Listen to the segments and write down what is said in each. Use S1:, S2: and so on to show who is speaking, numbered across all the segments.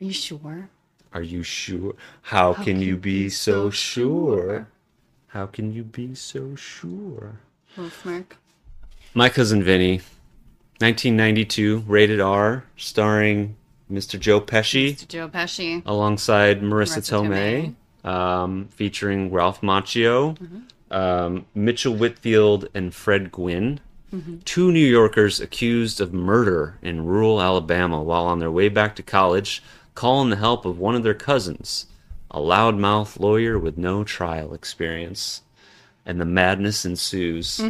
S1: Are you sure?
S2: Are you sure? How,
S1: How
S2: can
S1: can
S2: you
S1: you
S2: be
S1: be
S2: so
S1: so
S2: sure?
S1: sure?
S2: How can you be so sure?
S1: Little smirk.
S2: My Cousin Vinny, 1992, rated R, starring Mr. Joe Pesci
S1: Mr. Joe Pesci.
S2: alongside Marissa,
S1: Marissa
S2: Tomei, um, featuring Ralph Macchio, um, Mitchell Whitfield, and Fred Gwynn. Two New Yorkers accused of murder in rural Alabama while on their way back to college call on the help of one of their cousins, a loudmouth lawyer with no trial experience. And the madness ensues.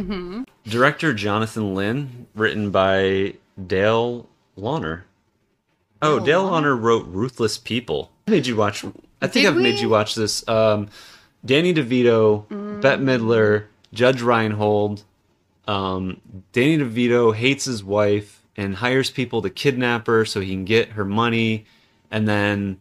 S2: Director Jonathan Lynn, written by Dale Lawner. Oh,
S1: Dale
S2: Dale
S1: Lawner?
S2: Lawner wrote Ruthless People. I made you watch. I think
S1: Did
S2: I've made
S1: we? Mm.
S2: you watch this. Um, Danny DeVito, Bette Midler, Judge Reinhold. Um, Danny DeVito hates his wife and hires people to kidnap her so he can get her money. And then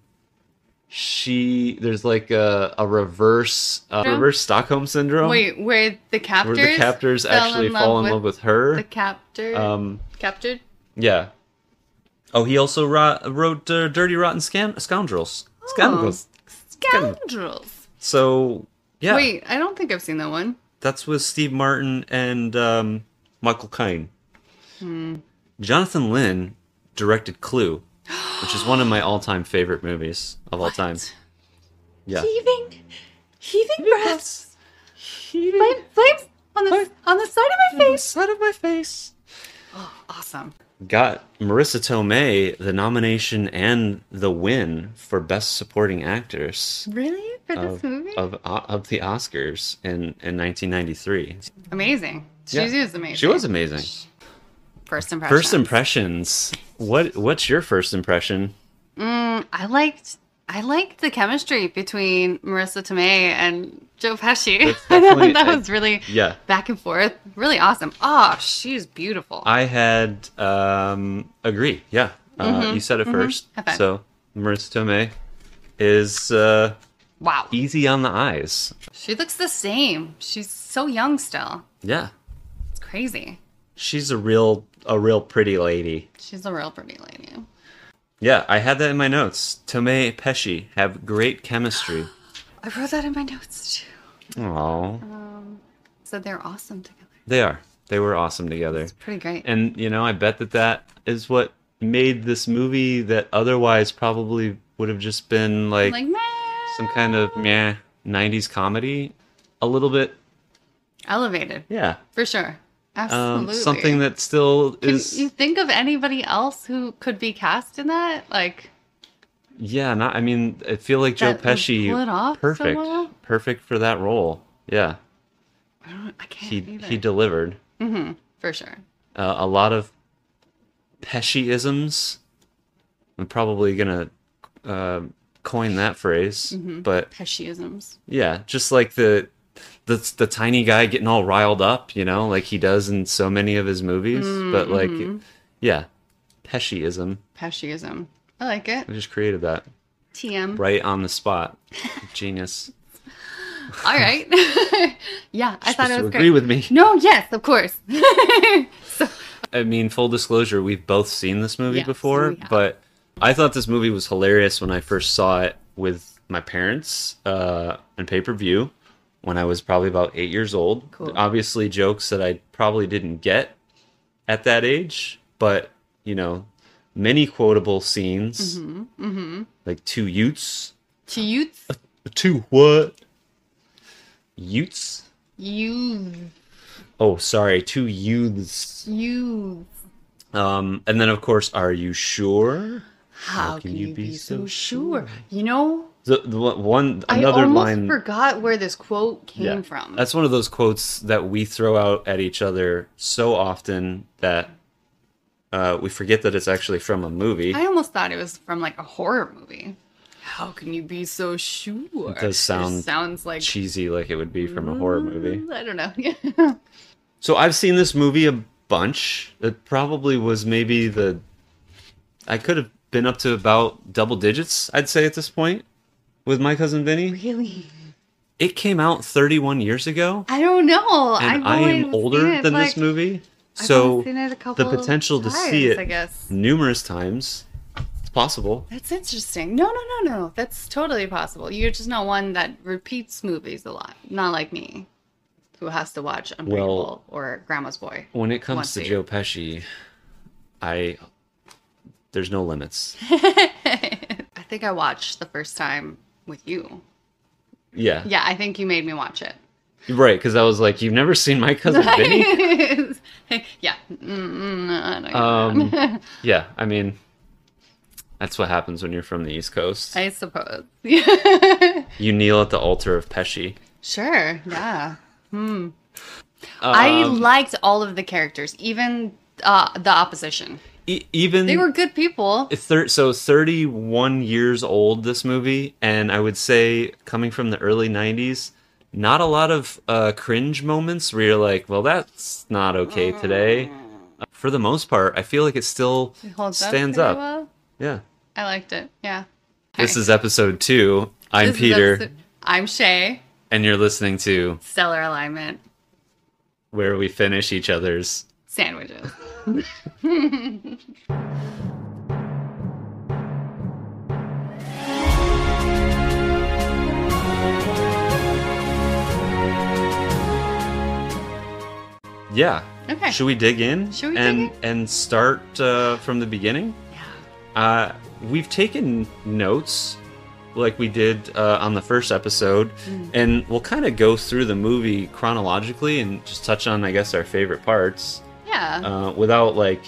S2: she, there's like a, a reverse uh,
S1: Syndrome?
S2: reverse Stockholm syndrome.
S1: Wait, Oh. where the
S2: where
S1: captors?
S2: the captors
S1: fell
S2: actually fall in love with her.
S1: the captor.
S2: um,
S1: captured.
S2: yeah. Oh, he also ro- wrote uh, "Dirty Rotten Scam- Scoundrels." Scoundrels.
S1: Scoundrels.
S2: So yeah,
S1: Wait, I don't think I've seen that one.
S2: that's with Steve Martin and um, Michael Caine. Jonathan Lynn directed Clue, which is one of my all-time favorite movies of all time. Yeah.
S1: Heaving, heaving breaths. Flame, flames on the on the side of my face.
S2: Side of my face.
S1: Awesome.
S2: Got Marissa Tomei the nomination and the win for Best Supporting Actress.
S1: Really Uh, for this
S2: of,
S1: movie?
S2: of of the Oscars in in 1993.
S1: amazing. She
S2: Yeah.
S1: was amazing.
S2: She was amazing.
S1: First impression.
S2: First impressions. What what's your first impression?
S1: Mm, I liked. I liked the chemistry between Marissa Tomei and Joe Pesci.
S2: That's
S1: I
S2: definitely-
S1: thought that was really
S2: Yeah,
S1: back and forth. Really awesome. Oh, she's beautiful.
S2: I had um agree. Yeah, uh,
S1: Mm-hmm.
S2: you said it first.
S1: High five.
S2: So Marissa Tomei is uh,
S1: wow.
S2: easy on the eyes.
S1: She looks the same. She's so young still.
S2: Yeah,
S1: It's crazy.
S2: she's a real a real pretty lady.
S1: She's a real pretty lady.
S2: Yeah, I had that in my notes. Tomei Pesci have great chemistry.
S1: I wrote that in my notes too.
S2: Oh,
S1: So they're awesome together.
S2: they are. They were awesome together.
S1: It's pretty great.
S2: and you know i bet that that is what made this movie that otherwise probably would have just been like,
S1: like, meh.
S2: some kind of meh 90s comedy a little bit
S1: Elevated.
S2: yeah
S1: For sure.
S2: um,
S1: Absolutely.
S2: something that still
S1: Can
S2: is
S1: you think of anybody else who could be cast in that? Like,
S2: yeah not i mean i feel like joe
S1: That would
S2: pesci
S1: pull it off
S2: perfect
S1: somewhere?
S2: perfect for that role yeah
S1: I, don't, I can't
S2: he
S1: either.
S2: he delivered
S1: For sure.
S2: uh, a lot of peshyisms i'm probably gonna uh, coin that phrase
S1: Mm-hmm.
S2: but
S1: Pesciisms.
S2: Yeah, just like the the the tiny guy getting all riled up, you know, like he does in so many of his movies. But
S1: Mm-hmm.
S2: like, yeah, Pesciism.
S1: Pesciism. I like it.
S2: I just created that
S1: TM.
S2: right on the spot. Genius.
S1: All right. yeah, I thought
S2: Supposed
S1: it
S2: to
S1: was
S2: agree
S1: great.
S2: with me.
S1: no, yes, of course. so,
S2: I mean, full disclosure, we've both seen this movie
S1: Yes,
S2: before,
S1: we have.
S2: but I thought this movie was hilarious when I first saw it with my parents uh, in pay per view when I was probably about eight years old.
S1: Cool.
S2: Obviously, jokes that I probably didn't get at that age, but you know, many quotable scenes,
S1: Mm-hmm,
S2: like two Utes,
S1: to youths,
S2: two what? Utes?
S1: youths,
S2: Oh, sorry, two youths.
S1: youths.
S2: Um, and then of course, are you sure?
S1: How, can, you, be, so sure? You know,
S2: The, the one- one
S1: I
S2: another
S1: almost
S2: line.
S1: forgot where this quote came
S2: yeah.
S1: from.
S2: That's one of those quotes that we throw out at each other so often that uh, we forget that it's actually from a movie.
S1: I almost thought it was from like a horror movie. How can you be so sure?
S2: does sound
S1: sounds like
S2: Cheesy, like it would be from a horror
S1: Mm.
S2: movie.
S1: I don't know.
S2: So I've seen this movie a bunch. It probably was maybe the I could have been up to about double digits, I'd say at this point, with my cousin Vinny.
S1: really?
S2: It came out 31 years ago.
S1: I don't know. I've
S2: and I am
S1: only
S2: older
S1: seen it,
S2: than
S1: like,
S2: this movie,
S1: I've
S2: so
S1: only seen it a couple
S2: potential to see
S1: times,
S2: it-
S1: I guess.
S2: numerous times. possible.
S1: That's interesting. No, no, no, no. That's totally possible. You're just not one that repeats movies a lot. Not like me, who has to watch Unbreakable or Grandma's Boy.
S2: When it
S1: Once
S2: comes to
S1: a
S2: Joe Pesci, I there's no limits.
S1: I think I watched the first time with you.
S2: Yeah,
S1: Yeah, I think you made me watch it.
S2: right. Because I was like, you've never seen my cousin Vinny.
S1: yeah. Mm-mm, I don't
S2: Um,
S1: know.
S2: Yeah, I mean, that's what happens when you're from the East Coast.
S1: I suppose.
S2: You kneel at the altar of Pesci.
S1: sure. Yeah. Hmm.
S2: Um,
S1: I liked all of the characters, even uh, the opposition.
S2: e- even
S1: They were good people.
S2: Thir- so 31 years old this movie and i would say coming from the early 90s not a lot of uh, cringe moments where you're like well that's not okay
S1: Mm.
S2: today Uh, for the most part i feel like it still
S1: It holds up
S2: stands
S1: pretty
S2: up,
S1: well.
S2: yeah
S1: I liked it. Yeah.
S2: this is episode two i'm
S1: This is
S2: peter
S1: episode- I'm Shay.
S2: and you're listening to
S1: Stellar alignment
S2: where we finish each other's
S1: sandwiches.
S2: yeah
S1: Okay.
S2: should we dig in
S1: Should we dig
S2: and
S1: in?
S2: and start uh, from the beginning
S1: Yeah.
S2: Uh, we've taken notes like we did uh, on the first episode,
S1: Hmm.
S2: and we'll kind of go through the movie chronologically and just touch on, I guess, our favorite parts
S1: Yeah.
S2: uh, without like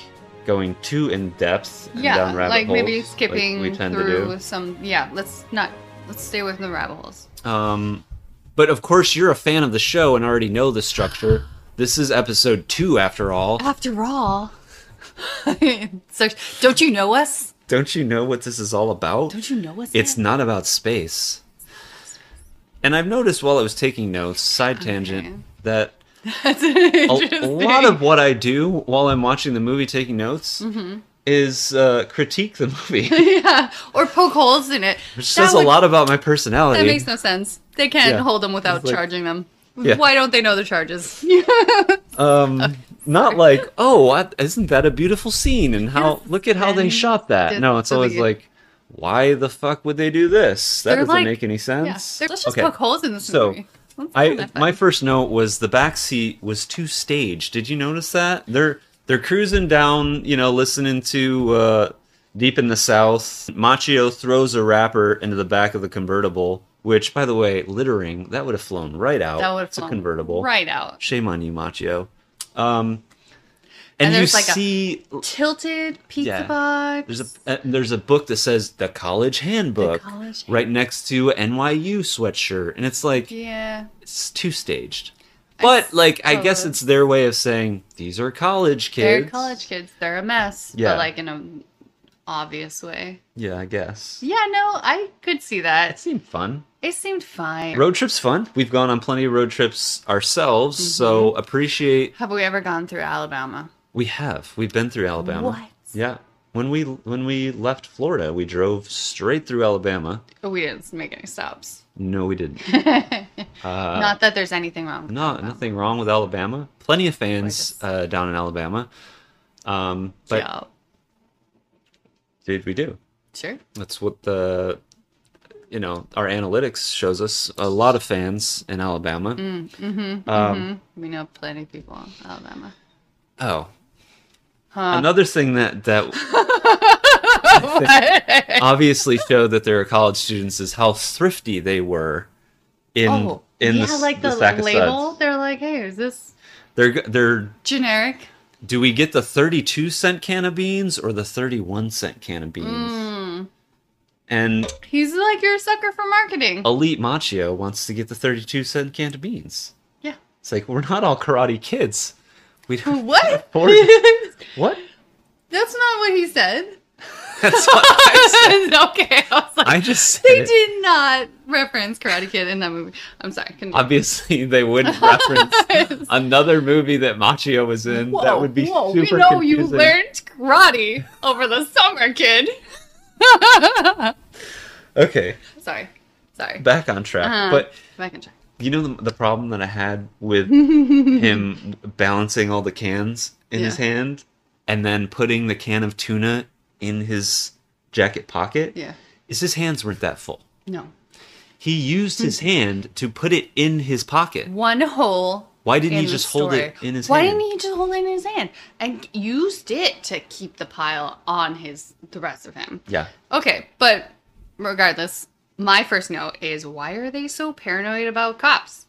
S2: going too in depth and
S1: yeah.
S2: down rabbit
S1: Like maybe
S2: holes,
S1: skipping
S2: like we tend
S1: through
S2: to
S1: some. Yeah. Let's not. Let's stay with the rabbit holes.
S2: do. Um, but of course, you're a fan of the show and already know the structure. This is episode two, after all.
S1: After all. so, don't you know us?
S2: Don't you know what this is all about?
S1: Don't you know us?
S2: It's
S1: yet?
S2: not about space. And I've noticed while I was taking notes, side tangent,
S1: Okay.
S2: that
S1: That's
S2: a,
S1: interesting.
S2: a lot of what I do while I'm watching the movie, taking notes,
S1: Mm-hmm.
S2: is uh, critique the movie,
S1: yeah, or poke holes in it.
S2: which
S1: That
S2: says
S1: would-
S2: a lot about my personality.
S1: That makes no sense. They can't
S2: Yeah.
S1: hold them without
S2: It's like-
S1: charging them.
S2: Yeah.
S1: Why don't they know the charges?
S2: um, not like, oh, what, isn't that a beautiful scene? And how look at how they
S1: And
S2: shot that.
S1: it's
S2: No, it's always
S1: really-
S2: like, why the fuck would they do this? That
S1: They're
S2: doesn't
S1: like-
S2: make any
S1: yeah.
S2: sense.
S1: Let's just
S2: Okay.
S1: poke holes in this
S2: So,
S1: movie. Let's do
S2: I
S1: that.
S2: my first note was the back seat was too staged. Did you notice that? They're they're cruising down, you know, listening to uh, Deep in the South. Machio throws a wrapper into the back of the convertible, which, by the way, littering that would have flown right out.
S1: that would have
S2: It's a
S1: flown
S2: convertible.
S1: right out.
S2: Shame on you, Machio. Um,
S1: And
S2: and, you
S1: there's like a-
S2: see,
S1: Tilted pizza
S2: Yeah.
S1: box.
S2: there's a uh, there's a book that says the college handbook
S1: College
S2: right next to a NYU sweatshirt, and it's like
S1: yeah.
S2: it's too staged.
S1: I
S2: But like, I guess
S1: suppose.
S2: it's their way of saying these are college kids.
S1: They're college kids. They're a mess.
S2: Yeah.
S1: But like in an obvious way.
S2: Yeah, I guess.
S1: Yeah. No, I could see
S2: It
S1: that.
S2: seemed fun.
S1: It seemed fine.
S2: Road trips fun. We've gone on plenty of road trips ourselves,
S1: Mm-hmm.
S2: so appreciate.
S1: Have we ever gone through Alabama?
S2: We have. We've been through Alabama.
S1: What?
S2: Yeah. When we when we left Florida, we drove straight through Alabama.
S1: We didn't make any stops.
S2: No, we didn't. Uh,
S1: Not that there's anything wrong. with
S2: No,
S1: Alabama.
S2: nothing wrong with Alabama. Plenty of fans
S1: Gorgeous.
S2: uh, down in Alabama. Um, but
S1: yeah.
S2: did we do?
S1: Sure.
S2: That's what the you know our analytics shows us. A lot of fans in Alabama.
S1: Mm-hmm.
S2: Um,
S1: We know plenty of people in Alabama.
S2: Oh,
S1: Huh.
S2: another thing that that
S1: What?
S2: obviously showed that there are college students is how thrifty they were. In
S1: oh,
S2: in
S1: yeah,
S2: the, s-
S1: like
S2: the
S1: the,
S2: sack of
S1: label.
S2: suds.
S1: They're like, hey, is this
S2: They're g- they're.
S1: generic?
S2: Do we get the thirty-two cent can of beans or the thirty-one cent can of beans?
S1: Mm.
S2: And
S1: He's like, you're a sucker for marketing.
S2: Elite Machio wants to get the 32 cent can of beans.
S1: Yeah.
S2: It's like, we're not all karate kids. We don't.
S1: What?
S2: Afford what?
S1: That's not what he said.
S2: That's what I said.
S1: okay, I was like,
S2: I just said
S1: they
S2: it.
S1: did not reference Karate Kid in that movie. I'm sorry. continue.
S2: Obviously, they wouldn't reference another movie that Machio was in.
S1: Whoa,
S2: that would be
S1: whoa,
S2: super
S1: We know you
S2: confusing.
S1: learned karate over the summer, kid.
S2: Okay,
S1: sorry, sorry.
S2: back on track.
S1: Uh-huh.
S2: But
S1: Back in track.
S2: you know the, the problem that I had with him balancing all the cans in his
S1: Yeah.
S2: hand and then putting the can of tuna in his jacket pocket
S1: Yeah.
S2: is his hands weren't that full.
S1: No.
S2: He used
S1: Hmm.
S2: his hand to put it in his pocket.
S1: One hole.
S2: Why didn't
S1: in
S2: he
S1: the
S2: just hold it
S1: story.
S2: in his
S1: Why
S2: hand?
S1: didn't he just hold it in his hand and used it to keep the pile on his the rest of him?
S2: Yeah.
S1: Okay, but regardless, my first note is why are they so paranoid about cops?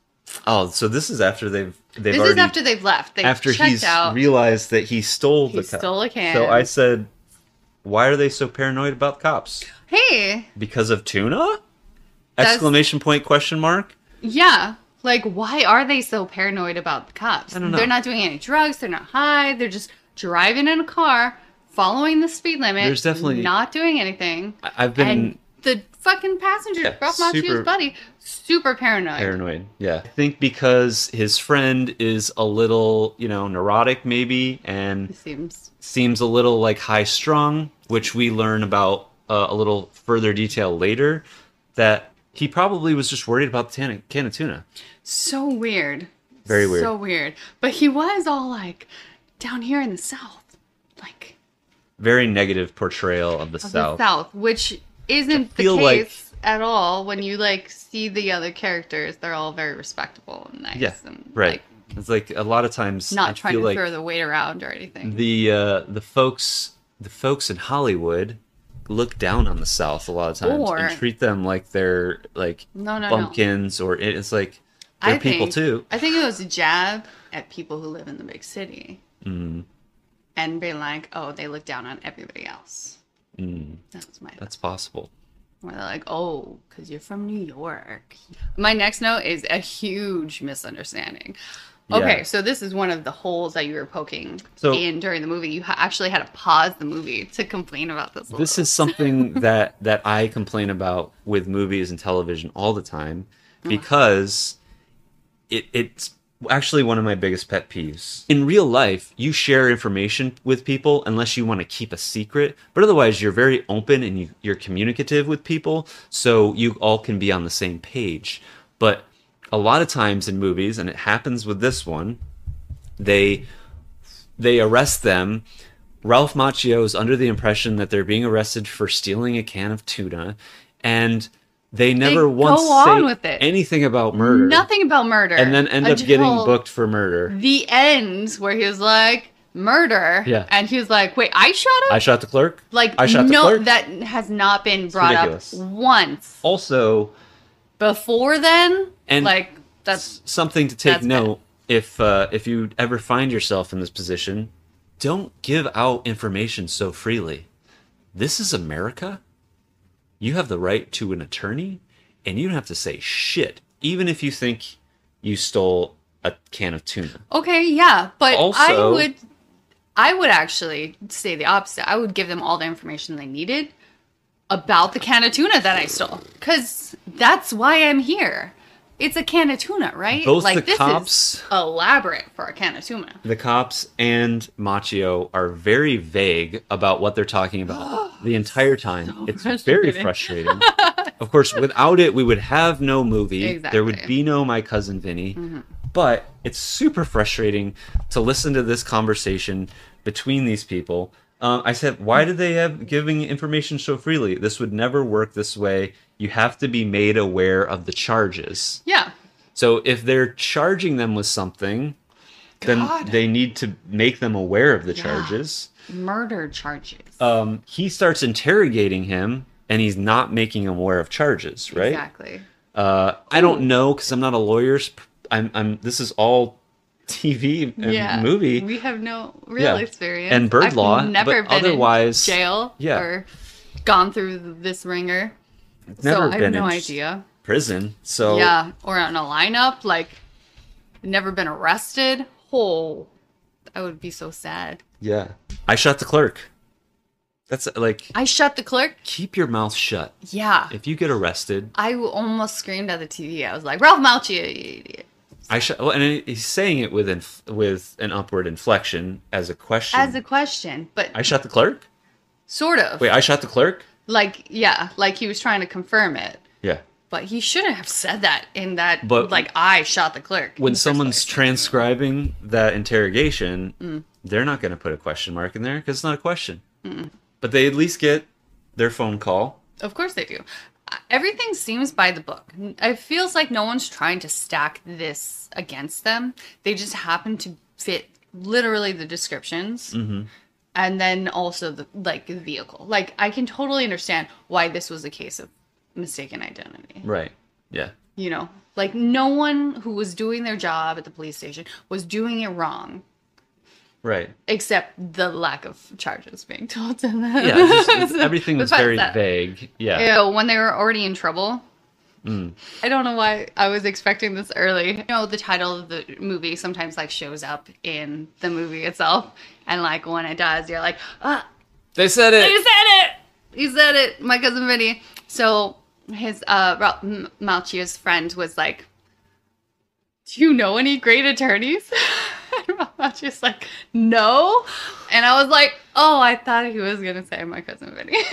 S2: Oh, so this is after they've they've
S1: This
S2: already
S1: is after they've left. They've
S2: after
S1: checked
S2: he's
S1: out.
S2: realized that he stole
S1: He
S2: the cup.
S1: stole a can.
S2: So I said, why are they so paranoid about cops?
S1: hey,
S2: Because of tuna?
S1: That's-
S2: Exclamation point question mark?
S1: yeah. Like, why are they so paranoid about the cops?
S2: I don't know.
S1: They're not doing any drugs. They're not high. They're just driving in a car, following the speed limit.
S2: There's definitely-
S1: not doing anything.
S2: I- I've been
S1: and the fucking passenger,
S2: Yeah,
S1: Ralph Macchio's
S2: super-
S1: buddy, super paranoid.
S2: paranoid. Yeah. I think because his friend is a little, you know, neurotic maybe and
S1: It seems.
S2: seems a little like high strung, which we learn about uh, a little further detail later that he probably was just worried about the tan- can of tuna.
S1: So weird.
S2: Very weird.
S1: So weird. But he was all like down here in the South, like
S2: Very negative portrayal of the
S1: of
S2: South.
S1: the South, which isn't the
S2: feel
S1: case
S2: like-
S1: at all when you like see the other characters. They're all very respectable and nice.
S2: Yeah,
S1: And,
S2: right.
S1: Like,
S2: it's like a lot of times
S1: not
S2: I
S1: trying
S2: feel
S1: to
S2: like
S1: throw the weight around or anything.
S2: the uh, the folks the folks in Hollywood look down on the South a lot of times
S1: Or-
S2: and treat them like they're like
S1: No, no, no.
S2: bumpkins or it- it's like they're
S1: I
S2: people
S1: think,
S2: too.
S1: I think it was a jab at people who live in the big city
S2: Mm-hmm.
S1: and being like, oh, they look down on everybody else. That's my
S2: Mm. That's possible.
S1: Where they're like, oh, because you're from New York. My next note is a huge misunderstanding.
S2: Yeah.
S1: Okay, so this is one of the holes that you were poking
S2: So-
S1: in during the movie. You ha- actually had to pause the movie to complain about this. a
S2: This
S1: little.
S2: is something that that I complain about with movies and television all the time because it it's actually one of my biggest pet peeves. In real life, you share information with people unless you want to keep a secret, but otherwise you're very open and you, you're communicative with people, so you all can be on the same page. But a lot of times in movies and it happens with this one, they they arrest them. Ralph Macchio is under the impression that they're being arrested for stealing a can of tuna, and they never
S1: go
S2: once
S1: on
S2: say
S1: with it.
S2: anything about murder.
S1: nothing about murder.
S2: and then end up getting
S1: until
S2: booked for murder.
S1: The end where he was like, murder.
S2: Yeah.
S1: And he was like, wait, I shot him?
S2: I shot the clerk.
S1: like,
S2: I shot
S1: no,
S2: the clerk.
S1: that has not been brought up
S2: ridiculous.
S1: once.
S2: also,
S1: Before then,
S2: And-
S1: like, that's
S2: something to take
S1: That's bad.
S2: note if uh, if you ever find yourself in this position, don't give out information so freely. This is America. You have the right to an attorney, and you don't have to say shit, even if you think you stole a can of tuna.
S1: Okay, yeah, but I
S2: Also-
S1: would I would actually say the opposite. I would give them all the information they needed about the can of tuna that I stole cuz that's why I'm here. It's a can of tuna, right?
S2: Both the
S1: this
S2: cops-
S1: is elaborate for a can of tuna.
S2: The cops and Machio are very vague about what they're talking about the entire time. it's very frustrating. of course, without it, we would have no movie. There would
S1: Exactly.
S2: be no My Cousin Vinny. But it's super frustrating to listen to this conversation between these people. Um, I said, why do they have giving information so freely? This would never work this way. You have to be made aware of the charges.
S1: Yeah.
S2: So if they're charging them with something,
S1: God.
S2: then they need to make them aware of the charges.
S1: Murder charges.
S2: Um, he starts interrogating him, and he's not making him aware of charges. Right?
S1: Exactly.
S2: Uh, I don't know because I'm not a lawyer. sp- I'm, I'm. This is all TV and
S1: yeah.
S2: movie.
S1: We have no real
S2: Yeah.
S1: experience.
S2: And bird
S1: I've
S2: law,
S1: Never
S2: but
S1: been
S2: otherwise-
S1: in jail
S2: yeah.
S1: or gone through this ringer.
S2: Never
S1: so I have
S2: been
S1: no
S2: in
S1: idea.
S2: prison. So
S1: Yeah, or on a lineup, like never been arrested. Oh, I would be so sad.
S2: yeah. I shot the clerk. That's like
S1: I shut the clerk.
S2: keep your mouth shut.
S1: Yeah,
S2: If you get arrested,
S1: I almost screamed at the TV. I was like, Ralph Macchio, you idiot.
S2: I shot. Well, and he's saying it with inf- with an upward inflection as a question.
S1: As a question, but
S2: Hmm. I shot the clerk.
S1: sort of
S2: Wait, I shot the clerk.
S1: like yeah, like he was trying to confirm it,
S2: Yeah.
S1: but he shouldn't have said that in that.
S2: But-
S1: like I shot the clerk. in
S2: When
S1: the first
S2: someone's
S1: place. Mm.
S2: transcribing that interrogation, they're not going to put a question mark in there because it's not a question. But they at least get their phone call.
S1: Of course they do. Uh, Everything seems by the book. It feels like no one's trying to stack this against them. They just happen to fit literally the descriptions.
S2: Mm-hmm.
S1: And then also the like the vehicle. Like I can totally understand why this was a case of mistaken identity.
S2: Right. Yeah.
S1: You know, like no one who was doing their job at the police station was doing it wrong,
S2: Right.
S1: except the lack of charges being told to them.
S2: Yeah. it's just- it's- everything was
S1: Besides
S2: very
S1: that-
S2: vague. Yeah.
S1: Ew, when they were already in trouble. I don't know why I was expecting this early. You know, the title of the movie sometimes like shows up in the movie itself, and like when it does, you're like, ah,
S2: They said
S1: he
S2: it.
S1: said it. He said it. My cousin Vinny. So his uh Ra- M- Malchia's friend was like, "Do you know any great attorneys?" and Malchia's like, "No," and I was like, "Oh, I thought he was gonna say my cousin Vinny."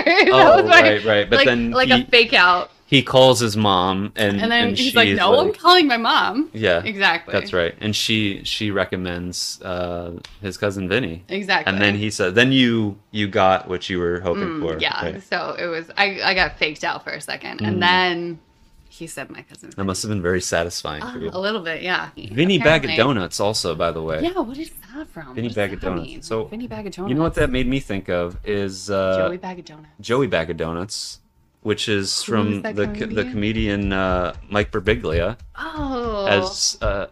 S1: That
S2: Oh,
S1: was my-
S2: right, right. But
S1: like,
S2: then
S1: like
S2: he-
S1: a fake out,
S2: He calls his mom, and
S1: and then
S2: and
S1: he's like,
S2: she's
S1: "No, I'm calling my mom."
S2: Yeah.
S1: exactly.
S2: That's right. And she she recommends uh, his cousin Vinny.
S1: Exactly. Mm,
S2: And then he said, "Then you you got what you were hoping for."
S1: yeah.
S2: right? Mm.
S1: So it was. I I got faked out for a 2nd and then he said my cousin.
S2: That must have been very satisfying
S1: Ah,
S2: for you.
S1: a little bit, yeah.
S2: Vinny Bag of
S1: Apparently.
S2: Donuts, also by the way.
S1: Yeah, what is that from?
S2: Vinny
S1: What does
S2: Bag of
S1: that
S2: Donuts.
S1: mean?
S2: So,
S1: Vinny Bag of Donuts.
S2: You know what that made me think of is uh,
S1: Joey Bag of Donuts.
S2: Joey Bag of Donuts, which is from
S1: that
S2: the the
S1: comedian?
S2: comedian uh, Mike Birbiglia
S1: Oh,
S2: as uh,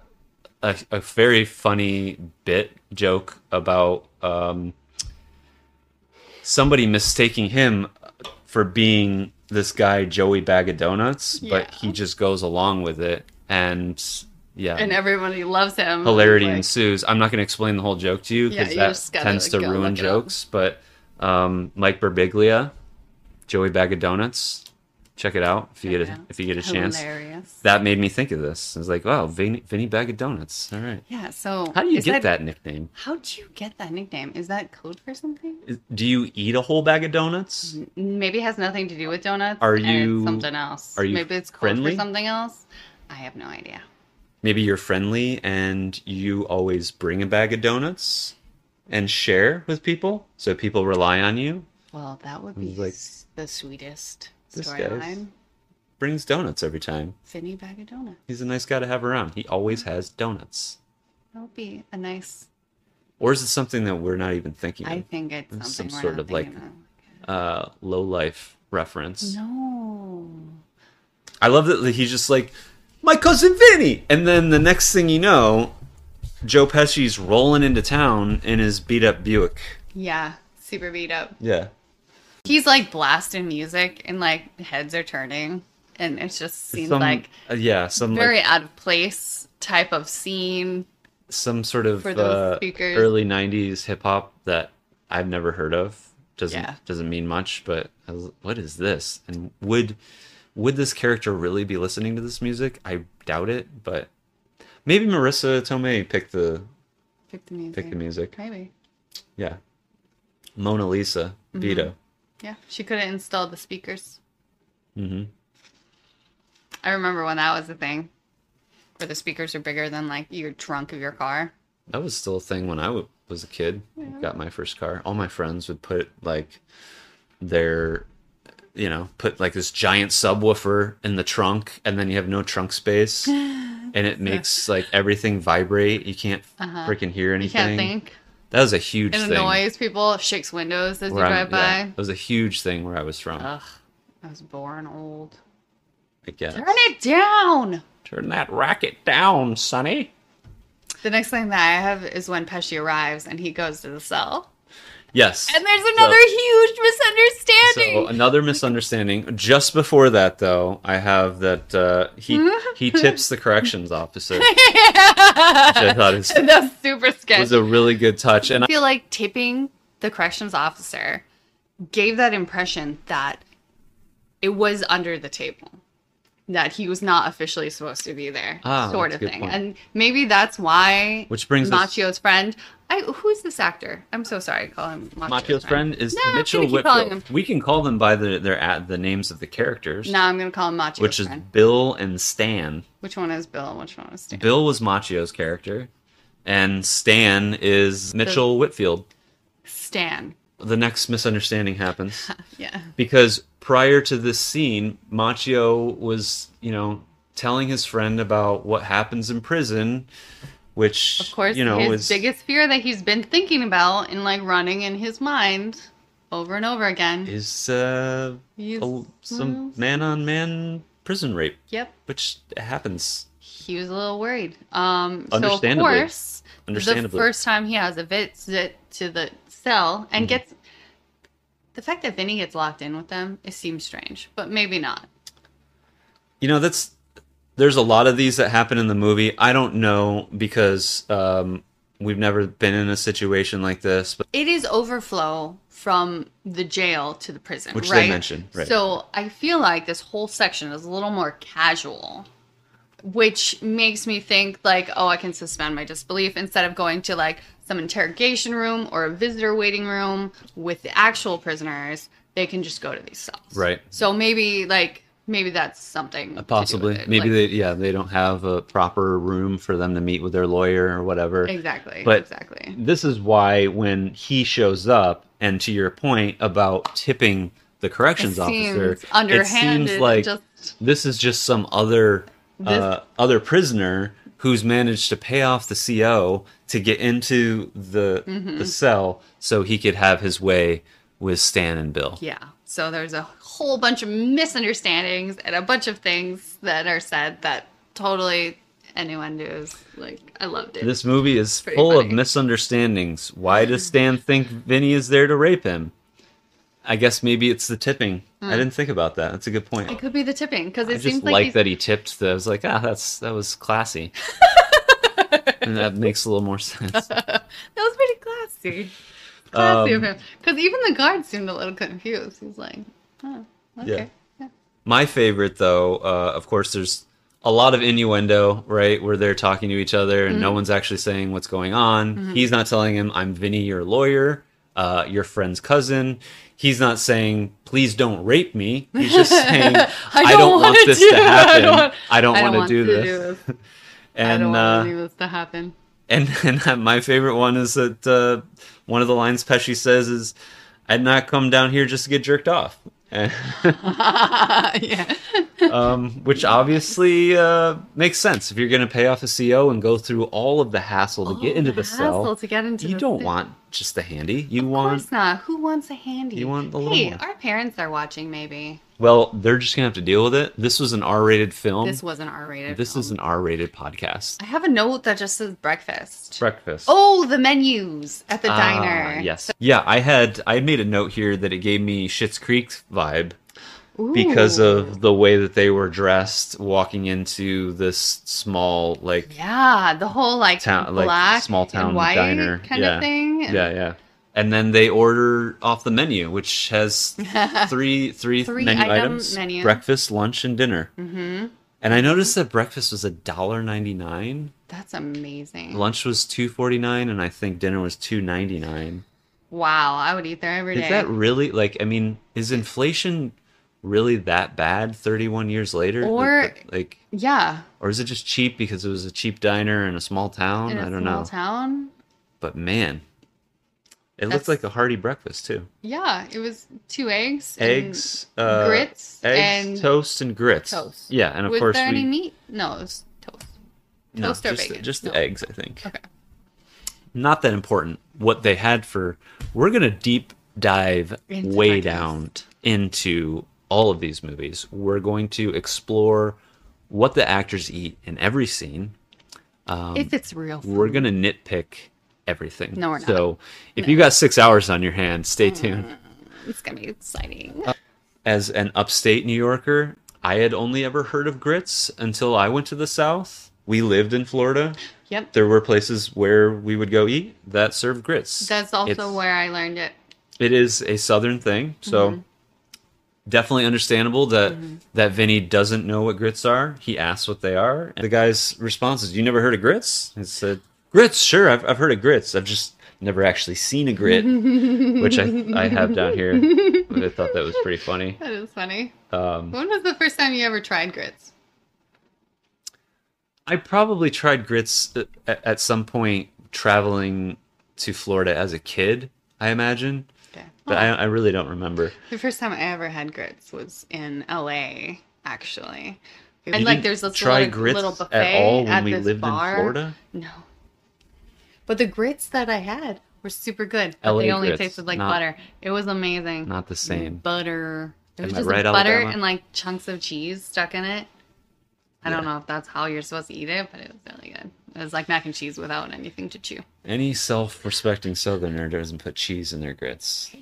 S2: a a very funny bit joke about um, somebody mistaking him for being this guy Joey Bag of Donuts, but
S1: Yeah.
S2: he just goes along with it, and yeah,
S1: and everybody loves him.
S2: hilarity
S1: Like,
S2: ensues. I'm not going to explain the whole joke to you
S1: Yeah,
S2: because
S1: you just
S2: that
S1: gotta
S2: tends to
S1: go
S2: ruin
S1: look it up.
S2: jokes. But um, Mike Birbiglia, Joey Bag of Donuts, check it out if you
S1: Check
S2: get a,
S1: it out.
S2: if you get a chance.
S1: hilarious.
S2: That made me think of this. I was like, wow, Vinny, Vinny Bag of Donuts. All right.
S1: Yeah. So
S2: How do you
S1: is
S2: get that, nickname?
S1: How do you get that nickname? Is that code for something?
S2: Is- Do you eat a whole bag of donuts?
S1: Mm-hmm. Maybe it has nothing to do with donuts.
S2: Are
S1: and
S2: you-
S1: it's something else?
S2: are you
S1: Maybe it's code
S2: friendly?
S1: for something else. I have no idea.
S2: Maybe you're friendly and you always bring a bag of donuts and share with people so people rely on you.
S1: Well, that would be
S2: Like-
S1: s- the sweetest
S2: This guy's-
S1: storyline.
S2: Brings donuts every time.
S1: Vinny Bag of Donuts.
S2: He's a nice guy to have around. He always has donuts.
S1: That would be a nice
S2: Or is it something that we're not even thinking
S1: I
S2: of?
S1: think it's
S2: There's
S1: something
S2: some
S1: we're
S2: sort
S1: not
S2: of, like,
S1: thinking
S2: Uh, low life reference.
S1: No.
S2: I love that he's just like, my cousin Vinny! And then the next thing you know, Joe Pesci's rolling into town in his beat up Buick.
S1: Yeah, super beat up.
S2: Yeah.
S1: He's like blasting music and like heads are turning and it just seems
S2: Some,
S1: like
S2: uh, yeah, some
S1: very
S2: like,
S1: out of place type of scene.
S2: some sort of
S1: for those
S2: uh,
S1: speakers.
S2: early '90s hip hop that I've never heard of. Doesn't
S1: Yeah.
S2: doesn't mean much, but I was, what is this? And would would this character really be listening to this music? I doubt it, but maybe Marissa Tomei picked the
S1: Pick the music.
S2: picked the music.
S1: Maybe.
S2: Yeah, Mona Lisa,
S1: Mm-hmm.
S2: Vito.
S1: Yeah. She couldn't install the speakers.
S2: hmm
S1: I remember when that was a thing. Where the speakers are bigger than like your trunk of your car.
S2: That was still a thing when I w- was a kid. Got my first car. All my friends would put like their, you know, put like this giant subwoofer in the trunk, and then you have no trunk space, and it makes like everything vibrate. You can't
S1: Uh-huh.
S2: freaking hear
S1: You
S2: anything.
S1: can't think.
S2: That was a huge
S1: It
S2: thing.
S1: annoys people, shakes windows as you
S2: where I'm-
S1: drive
S2: yeah,
S1: by.
S2: that was a huge thing where I was from.
S1: Ugh. I was born old.
S2: I guess.
S1: Turn it down.
S2: Turn that racket down, Sonny.
S1: The next thing that I have is when Pesci arrives and he goes to the cell.
S2: Yes.
S1: And there's another huge
S2: So
S1: misunderstanding.
S2: another misunderstanding. Just before that, though, I have that uh, he he tips the corrections officer, which I thought is,
S1: That's super sketchy.
S2: was a really good touch. And
S1: I feel like tipping the corrections officer gave that impression that it was under the table, that he was not officially supposed to be there,
S2: Ah,
S1: sort of
S2: that's a good
S1: thing.
S2: point.
S1: And maybe that's why
S2: Which brings us-
S1: Machio's friend. I who's this actor? I'm so sorry. Call him Machio's,
S2: Machio's friend is
S1: No, I'm
S2: Mitchell
S1: gonna keep calling
S2: Whitfield.
S1: him-
S2: We can call them by the, their at the names of the characters,
S1: No, I'm gonna call him Machio's
S2: which is
S1: friend.
S2: Bill and Stan.
S1: Which one is Bill and which one is Stan?
S2: Bill was Machio's character, and Stan is Mitchell Whitfield.
S1: Stan.
S2: the next misunderstanding happens
S1: Yeah.
S2: because prior to this scene, Machio was, you know, telling his friend about what happens in prison, which
S1: Of course,
S2: you know,
S1: his
S2: is
S1: biggest fear that he's been thinking about and like running in his mind over and over again.
S2: is uh,
S1: He's-
S2: a- some man on man prison rape,
S1: Yep.
S2: which happens.
S1: He was a little worried. Um,
S2: Understandably.
S1: So of course, the
S2: Understandably.
S1: first time he has a visit to the cell
S2: Mm-hmm.
S1: and gets the fact that Vinny gets locked in with them, it seems strange, but maybe not.
S2: You know, that's there's a lot of these that happen in the movie. I don't know because um, we've never been in a situation like this, but
S1: It is overflow from the jail to the prison,
S2: Which they
S1: right?
S2: mention, right.
S1: So I feel like this whole section is a little more casual, which makes me think like, oh, I can suspend my disbelief instead of going to like some interrogation room or a visitor waiting room with the actual prisoners. They can just go to these cells,
S2: Right.
S1: So maybe like maybe that's something to do
S2: possibly
S1: with it,
S2: maybe
S1: like-
S2: they yeah they don't have a proper room for them to meet with their lawyer or whatever.
S1: exactly,
S2: but-
S1: exactly.
S2: this is why when he shows up and to your point about tipping the corrections
S1: It seems
S2: officer
S1: underhanded,
S2: it seems
S1: it
S2: like
S1: just-
S2: this is just some other uh, other prisoner who's managed to pay off the CO to get into the
S1: Mm-hmm.
S2: the cell so he could have his way with Stan and Bill.
S1: Yeah. So there's a whole bunch of misunderstandings and a bunch of things that are said that totally innuendos. Like I loved it.
S2: This movie is
S1: Pretty
S2: full of
S1: funny.
S2: misunderstandings. Why does Stan think Vinny is there to rape him? I guess maybe it's the tipping.
S1: Hmm.
S2: I didn't think about that. That's a good point.
S1: it could be the tipping because
S2: I
S1: it
S2: just
S1: seems
S2: like,
S1: like, he's
S2: that he tipped. The, I was like, ah, that's that was classy, and that makes a little more sense.
S1: that was pretty classy. Classy of
S2: Um,
S1: him because even the guard seemed a little confused. He's like, oh, okay.
S2: Yeah. My favorite, though, uh, of course, there's a lot of innuendo, right? Where they're talking to each other and
S1: Mm-hmm.
S2: no one's actually saying what's going on. He's not telling him, "I'm Vinny, your lawyer, uh, your friend's cousin." He's not saying, "Please don't rape me." He's just saying, "I don't, want
S1: wanna
S2: this
S1: do
S2: to
S1: it. I
S2: happen.
S1: don't want-
S2: I don't,
S1: I don't
S2: want to do
S1: to
S2: this." And
S1: I don't
S2: uh,
S1: want any of this to happen.
S2: And and my favorite one is that uh, one of the lines Pesci says is, "I'd not come down here just to get jerked off," And-
S1: yeah.
S2: um, which obviously uh, makes sense if you're going to pay off a CO and go through all of the hassle to get into the
S1: Hassle
S2: cell.
S1: to get into
S2: you
S1: the
S2: don't
S1: thing.
S2: want just the handy. You
S1: Of
S2: want
S1: course not. Who wants a handy?
S2: You want the little
S1: Hey,
S2: one.
S1: our parents are watching. Maybe
S2: well, they're just going to have to deal with it. This was an R-rated film.
S1: this was an R-rated.
S2: This
S1: film.
S2: is an R-rated podcast.
S1: I have a note that just says breakfast.
S2: Breakfast.
S1: oh, the menus at the
S2: Ah,
S1: diner.
S2: Yes. Yeah, I had I made a note here that it gave me Shits Creek vibe
S1: Ooh.
S2: because of the way that they were dressed walking into this small like
S1: yeah, the whole like
S2: Town- like,
S1: black
S2: small town
S1: and white
S2: diner.
S1: kind
S2: Yeah.
S1: of thing. And
S2: Yeah, yeah. And then they order off the menu, which has three three
S1: Three
S2: menu
S1: item
S2: items:
S1: menu.
S2: breakfast, lunch, and dinner. Mm-hmm. And I noticed that breakfast was a dollar ninety nine,
S1: That's amazing.
S2: lunch was two forty nine, and I think dinner was two ninety nine.
S1: Wow, I would eat there every day.
S2: Is that really like? I mean, is inflation really that bad? Thirty one years later,
S1: Or-
S2: Like, like,
S1: yeah,
S2: or is it just cheap because it was a cheap diner in a small town?
S1: in a
S2: I don't
S1: small
S2: know.
S1: town.
S2: But man, it looked
S1: That's-
S2: like a hearty breakfast too.
S1: Yeah, it was two eggs, and
S2: eggs, uh,
S1: grits,
S2: eggs,
S1: and
S2: toast, and grits.
S1: toast.
S2: Yeah, and of
S1: was
S2: course
S1: there
S2: we
S1: any meat? No, it was toast.
S2: no,
S1: toast or
S2: just,
S1: bacon?
S2: just
S1: No.
S2: the eggs, I think.
S1: Okay.
S2: Not that important. What they had for we're gonna deep dive
S1: Into
S2: way
S1: breakfast.
S2: down into all of these movies. We're going to explore what the actors eat in every scene.
S1: if it's real, food.
S2: Um, We're gonna nitpick everything.
S1: No, we're not.
S2: So if you got six hours on your hands, stay tuned.
S1: it's gonna be exciting.
S2: Uh, as an upstate New Yorker, I had only ever heard of grits until I went to the South. We lived in Florida.
S1: yep,
S2: There were places where we would go eat that served grits.
S1: that's also
S2: It's-
S1: where I learned it.
S2: it is a Southern thing, so
S1: Mm-hmm.
S2: definitely understandable that that Vinny doesn't know what grits are. He asks what they are. And the guy's response is, "You never heard of grits?" He said, "Grits, sure, I've, I've heard of grits. I've just never actually seen a grit," which I I have down here. But I thought that was pretty funny.
S1: That is funny.
S2: Um,
S1: When was the first time you ever tried grits?
S2: I probably tried grits uh, at, at some point traveling to Florida as a kid, I imagine.
S1: Okay.
S2: but I, I really don't remember.
S1: The first time I ever had grits was in LA, actually. and
S2: You
S1: like,
S2: didn't
S1: there's this
S2: try
S1: little,
S2: grits
S1: little
S2: at
S1: buffet
S2: all when
S1: at
S2: we
S1: this
S2: lived in
S1: bar.
S2: Florida?
S1: No. But the grits that I had were super good. But
S2: LA
S1: they only
S2: grits,
S1: tasted like
S2: not-
S1: butter. It was amazing.
S2: Not the same.
S1: Butter. It was
S2: Am I
S1: just
S2: right,
S1: butter
S2: Alabama?
S1: and like chunks of cheese stuck in it. I don't
S2: Yeah.
S1: know if that's how you're supposed to eat it, but it was really good. It was like mac and cheese without anything to chew.
S2: Any self-respecting Southerner doesn't put cheese in their grits.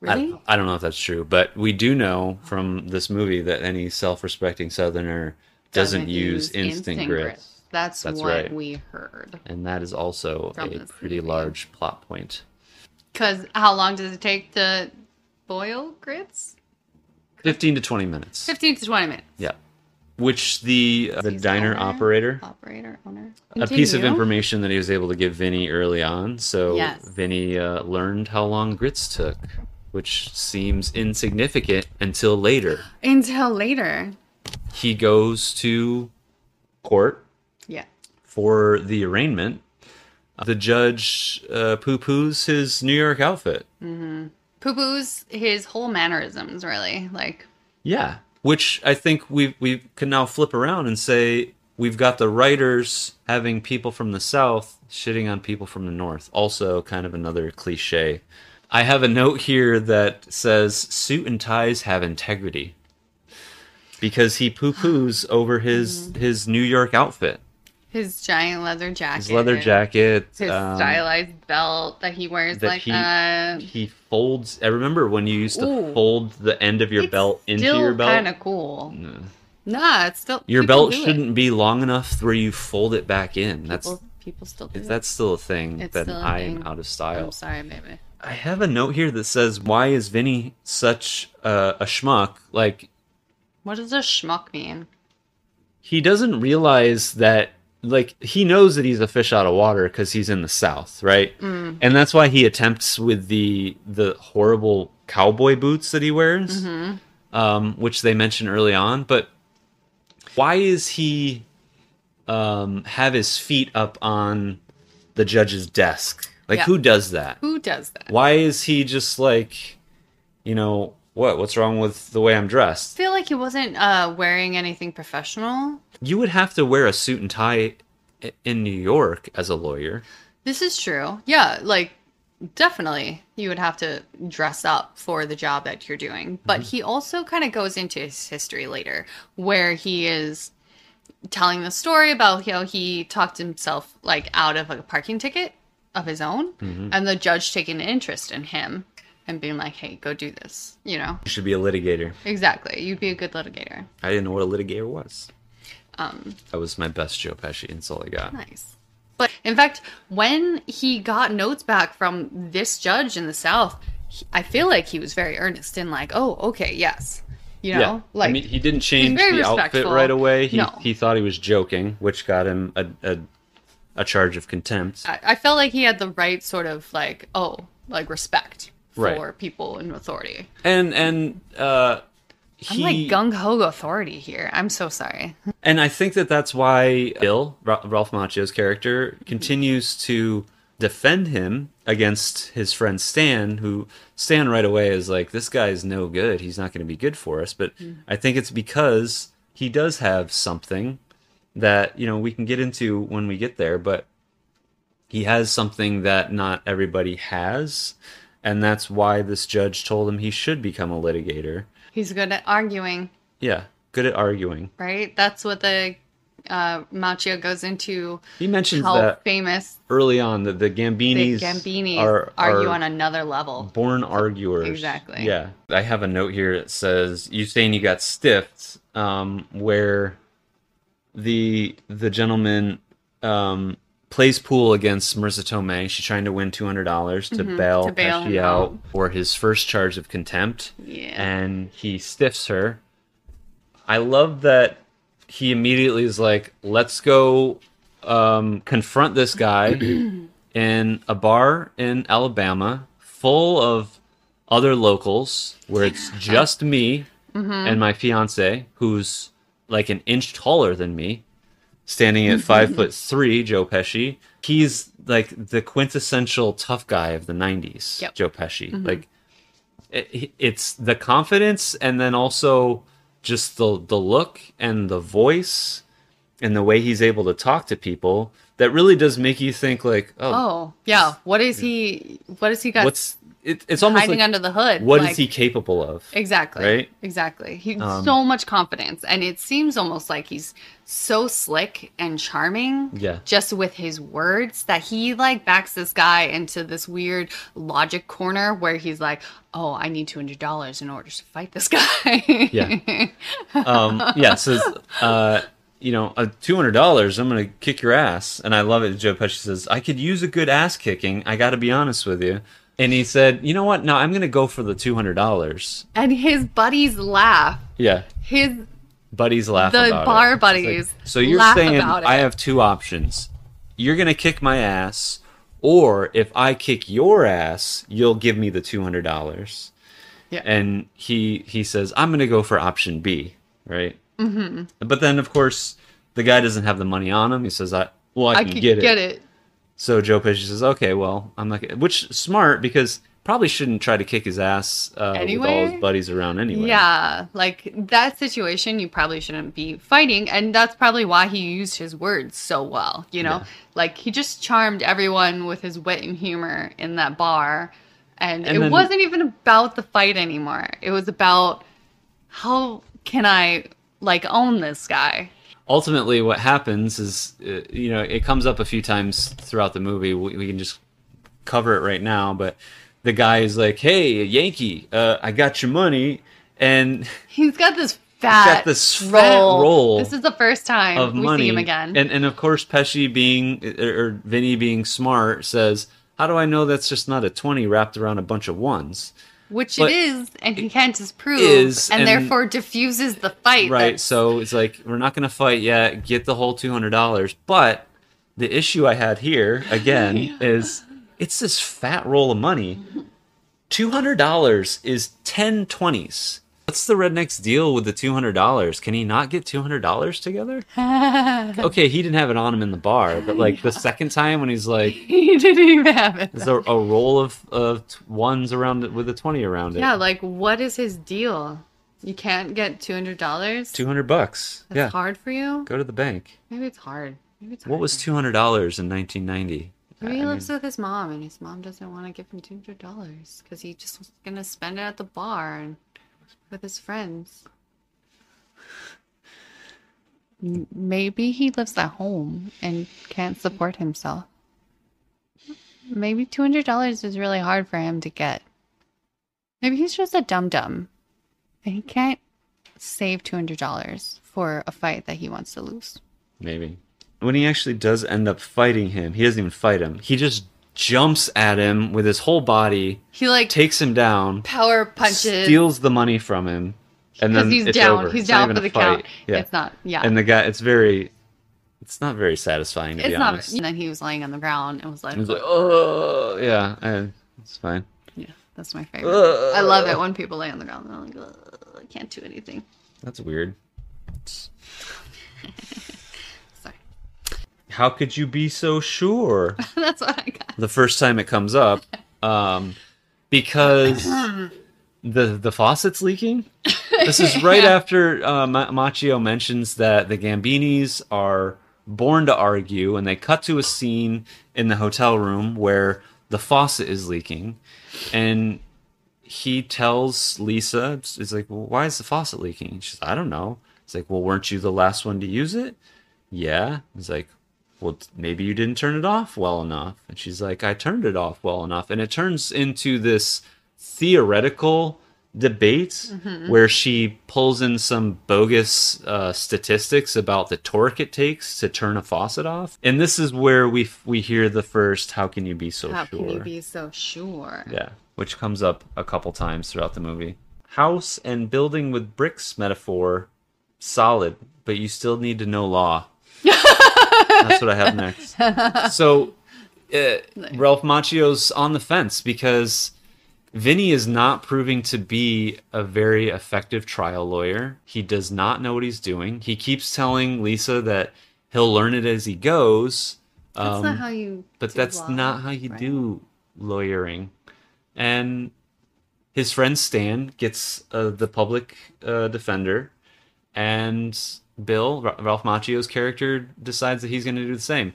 S1: Really?
S2: I, I don't know if that's true, but we do know from this movie that any self-respecting Southerner doesn't, use instant, grits.
S1: That's,
S2: That's
S1: what
S2: right.
S1: we heard.
S2: and that is also
S1: From
S2: a
S1: this
S2: pretty
S1: movie.
S2: large plot point.
S1: Because how long does it take to boil grits?
S2: 15 to 20 minutes.
S1: 15 to 20 minutes.
S2: Yeah. Which the uh, the
S1: He's
S2: diner
S1: owner,
S2: operator,
S1: Operator, owner.
S2: a piece of
S1: Continue.
S2: information that he was able to give Vinny early on. So
S1: Yes.
S2: Vinny uh, learned how long grits took, which seems insignificant until later.
S1: Until later.
S2: He goes to court
S1: Yeah.
S2: for the arraignment. The judge uh, poo poos his New York outfit.
S1: Poo poos his whole mannerisms, really. Like,
S2: Yeah, which I think we we can now flip around and say we've got the writers having people from the south shitting on people from the north. Also, kind of another cliche. I have a note here that says suit and ties have integrity because he poo poos over his his New York outfit,
S1: his giant leather jacket.
S2: his leather jacket,
S1: His
S2: um,
S1: stylized belt that he wears
S2: that
S1: like
S2: he-
S1: that.
S2: He folds. I remember when you used to
S1: Ooh.
S2: fold the end of your
S1: It's
S2: belt into
S1: still
S2: your belt.
S1: kind of cool. Nah, it's still.
S2: Your
S1: people
S2: belt
S1: do it.
S2: shouldn't be long enough where you fold it back in. That's
S1: People, people still do
S2: if
S1: it.
S2: that's still a thing,
S1: It's
S2: then
S1: still a
S2: I am
S1: thing.
S2: out of
S1: I'm
S2: style.
S1: sorry, baby.
S2: I have a note here that says, "Why is Vinny such uh, a schmuck?" Like
S1: What does a schmuck mean?
S2: he doesn't realize that like he knows that he's a fish out of water because he's in the south right and that's why he attempts with the the horrible cowboy boots that he wears um, which they mention early on but why is he um, have his feet up on the judge's desk like
S1: Yeah.
S2: who does that
S1: Who does that?
S2: why is he just like you know what what's wrong with the way i'm dressed
S1: feel like he wasn't uh, wearing anything professional.
S2: You would have to wear a suit and tie i- in New York as a lawyer.
S1: This is true. Yeah, like definitely you would have to dress up for the job that you're doing. But he also kind of goes into his history later where he is telling the story about how he talked himself like out of a parking ticket of his own and the judge taking an interest in him and being like, "Hey, go do this." You know.
S2: You should be a litigator.
S1: Exactly. You'd be a good litigator.
S2: I didn't know what a litigator was.
S1: Um
S2: That was my best Joe Pesci insult I got.
S1: Nice. But in fact, when he got notes back from this judge in the South, he, I feel like he was very earnest in like, oh, okay, yes, you know, like
S2: I mean, he didn't change the
S1: very
S2: outfit
S1: respectful.
S2: right away. He
S1: No.
S2: he thought he was joking, which got him a a, a charge of contempt.
S1: I, I felt like he had the right sort of like, oh, like respect for
S2: Right.
S1: people in authority.
S2: And and uh,
S1: I'm
S2: he
S1: like gung ho authority here. I'm so sorry.
S2: And I think that that's why Bill, Ra- Ralph Macchio's character, continues to defend him against his friend Stan, who Stan right away is like, this guy's no good. He's not going to be good for us. But I think it's because he does have something that, you know, we can get into when we get there. But he has something that not everybody has. And that's why this judge told him he should become a litigator.
S1: He's good at arguing,
S2: Yeah, good at arguing.
S1: right? That's what the uh, Machio goes into.
S2: He mentions
S1: How
S2: that
S1: famous
S2: early on that the
S1: the
S2: Gambinis,
S1: Gambinis
S2: are,
S1: argue
S2: are
S1: on another level.
S2: born arguers.
S1: Exactly.
S2: Yeah. I have a note here that says you saying you got stiffed, um, where the the gentleman um, plays pool against Marissa Tomei. She's trying to win two hundred dollars to bail
S1: Mm-hmm. to bail
S2: Pesci
S1: him
S2: out,
S1: out.
S2: for his first charge of contempt.
S1: Yeah.
S2: And he stiffs her. I love that he immediately is like, let's go um, confront this guy in a bar in Alabama full of other locals where it's just me
S1: Mm-hmm.
S2: and my fiance, who's
S1: Mm-hmm.
S2: like an inch taller than me, standing at five foot three, Joe Pesci, he's like the quintessential tough guy of the 90s
S1: Yep. Mm-hmm.
S2: joe pesci like it, it's the confidence and then also just the the look and the voice and the way he's able to talk to people that really does make you think like oh,
S1: Oh, yeah. What is he? What has he got
S2: what's it, it's almost
S1: hiding
S2: like,
S1: under the hood?
S2: what is
S1: Like-
S2: he capable of
S1: Exactly.
S2: Right?
S1: Exactly. He
S2: Um,
S1: so much confidence, and it seems almost like he's so slick and charming.
S2: Yeah.
S1: Just with his words, that he like backs this guy into this weird logic corner where he's like, "Oh, I need two hundred dollars in order to fight this guy."
S2: Yeah. um, yeah, so uh, you know, uh, two hundred dollars, I'm gonna kick your ass, and I love it. Joe Pesci says, "I could use a good ass kicking. I got to be honest with you." And he said, "You know what? No, I'm gonna go for the two hundred dollars."
S1: and his buddies laugh.
S2: Yeah,
S1: His
S2: buddies laugh.
S1: The
S2: about it.
S1: bar
S2: It's
S1: buddies
S2: so you're
S1: laugh
S2: saying
S1: about it.
S2: I have two options: you're gonna kick my ass, or if I kick your ass, you'll give me the two hundred dollars.
S1: Yeah.
S2: And he he says, I'm gonna go for option B, right? Mm-hmm. But then of course the guy doesn't have the money on him. He says, I well I,
S1: I,
S2: can,
S1: could
S2: get, it.
S1: it.
S2: So Joe Pesci says, okay, well I'm not gonna-" which smart because probably shouldn't try to kick his ass uh, with all
S1: Anyway?
S2: his buddies around anyway.
S1: Yeah, like that situation, you probably shouldn't be fighting. And that's probably why he used his words so well, you know?
S2: Yeah.
S1: Like he just charmed everyone with his wit and humor in that bar. And,
S2: And
S1: it
S2: then-
S1: wasn't even about the fight anymore. It was about how can I like own this guy?
S2: ultimately what happens is uh, you know it comes up a few times throughout the movie we, we can just cover it right now but the guy is like hey yankee uh, i got your money and
S1: He's got this fat,
S2: this fat
S1: roll.
S2: roll
S1: This is the first time
S2: of
S1: we
S2: money
S1: see him again.
S2: and and of course pesci being or or vinny being smart says how do i know that's just not a 20 wrapped around a bunch of ones
S1: which
S2: but
S1: it is, and he can't disprove,
S2: is,
S1: and,
S2: and-
S1: therefore diffuses the fight.
S2: right
S1: that's-
S2: so it's like we're not gonna fight yet get the whole $200 but the issue i had here again is it's this fat roll of money $200 is 10 20s what's the redneck's deal with the $200 can he not get $200 together okay he didn't have it on him in the bar but like the second time when he's like
S1: he didn't even have it.
S2: there's a, a roll of, of t- ones around it with a 20 around it
S1: Yeah, like what is his deal? You can't get two hundred dollars. That's
S2: 200 bucks yeah
S1: hard for you.
S2: go to the bank
S1: Maybe it's hard. Maybe it's hard.
S2: What was two hundred dollars in nineteen ninety?
S1: Maybe he lives with his mom, and his mom doesn't want to give him two hundred dollars because he just was gonna spend it at the bar and with his friends. M- Maybe he lives at home and can't support himself. Maybe two hundred dollars is really hard for him to get. Maybe he's just a dum dum, and he can't save two hundred dollars for a fight that he wants to lose.
S2: Maybe. When he actually does end up fighting him, he doesn't even fight him. He just jumps at him with his whole body,
S1: He like
S2: takes him down,
S1: power punches.
S2: steals the money from him,
S1: because
S2: and then
S1: he's
S2: it's
S1: down.
S2: over.
S1: He's
S2: It's not
S1: down
S2: even
S1: for
S2: a
S1: the count.
S2: fight. Yeah.
S1: It's not. Yeah.
S2: And the guy, it's very, it's not very satisfying to
S1: it's
S2: be
S1: not.
S2: honest.
S1: And then he was laying on the ground and was like,
S2: He was like, oh yeah, eh, it's fine.
S1: yeah, that's my favorite. I love it when people lay on the ground. They're like, "Ugh, I can't do anything.
S2: That's weird.
S1: Sorry.
S2: How could you be so sure?
S1: that's what I got.
S2: the first time it comes up um, because the the faucet's leaking. This is right after uh, Ma- Machio mentions that the Gambinis are born to argue, and they cut to a scene in the hotel room where the faucet is leaking, and he tells Lisa, "It's like, well, why is the faucet leaking?" And she's, "I don't know." It's like, "Well, weren't you the last one to use it?" Yeah. He's like, well, t- maybe you didn't turn it off well enough. And she's like, I turned it off well enough. And it turns into this theoretical debate
S1: Mm-hmm.
S2: where she pulls in some bogus uh, statistics about the torque it takes to turn a faucet off. And this is where we f- we hear the first "How can you be so
S1: How
S2: sure?"
S1: can you be so sure?
S2: Yeah, which comes up a couple times throughout the movie. House and building with bricks metaphor, solid, but you still need to know law. That's what I have next. So, uh, Ralph Macchio's on the fence because Vinny is not proving to be a very effective trial lawyer. He does not know what he's doing. He keeps telling Lisa that he'll learn it as he goes,
S1: That's not how you.
S2: um, but
S1: do
S2: that's
S1: law,
S2: not how you
S1: right?
S2: do lawyering. And his friend Stan gets uh, the public uh, defender, and Bill Ra- Ralph Macchio's character decides that he's going to do the same.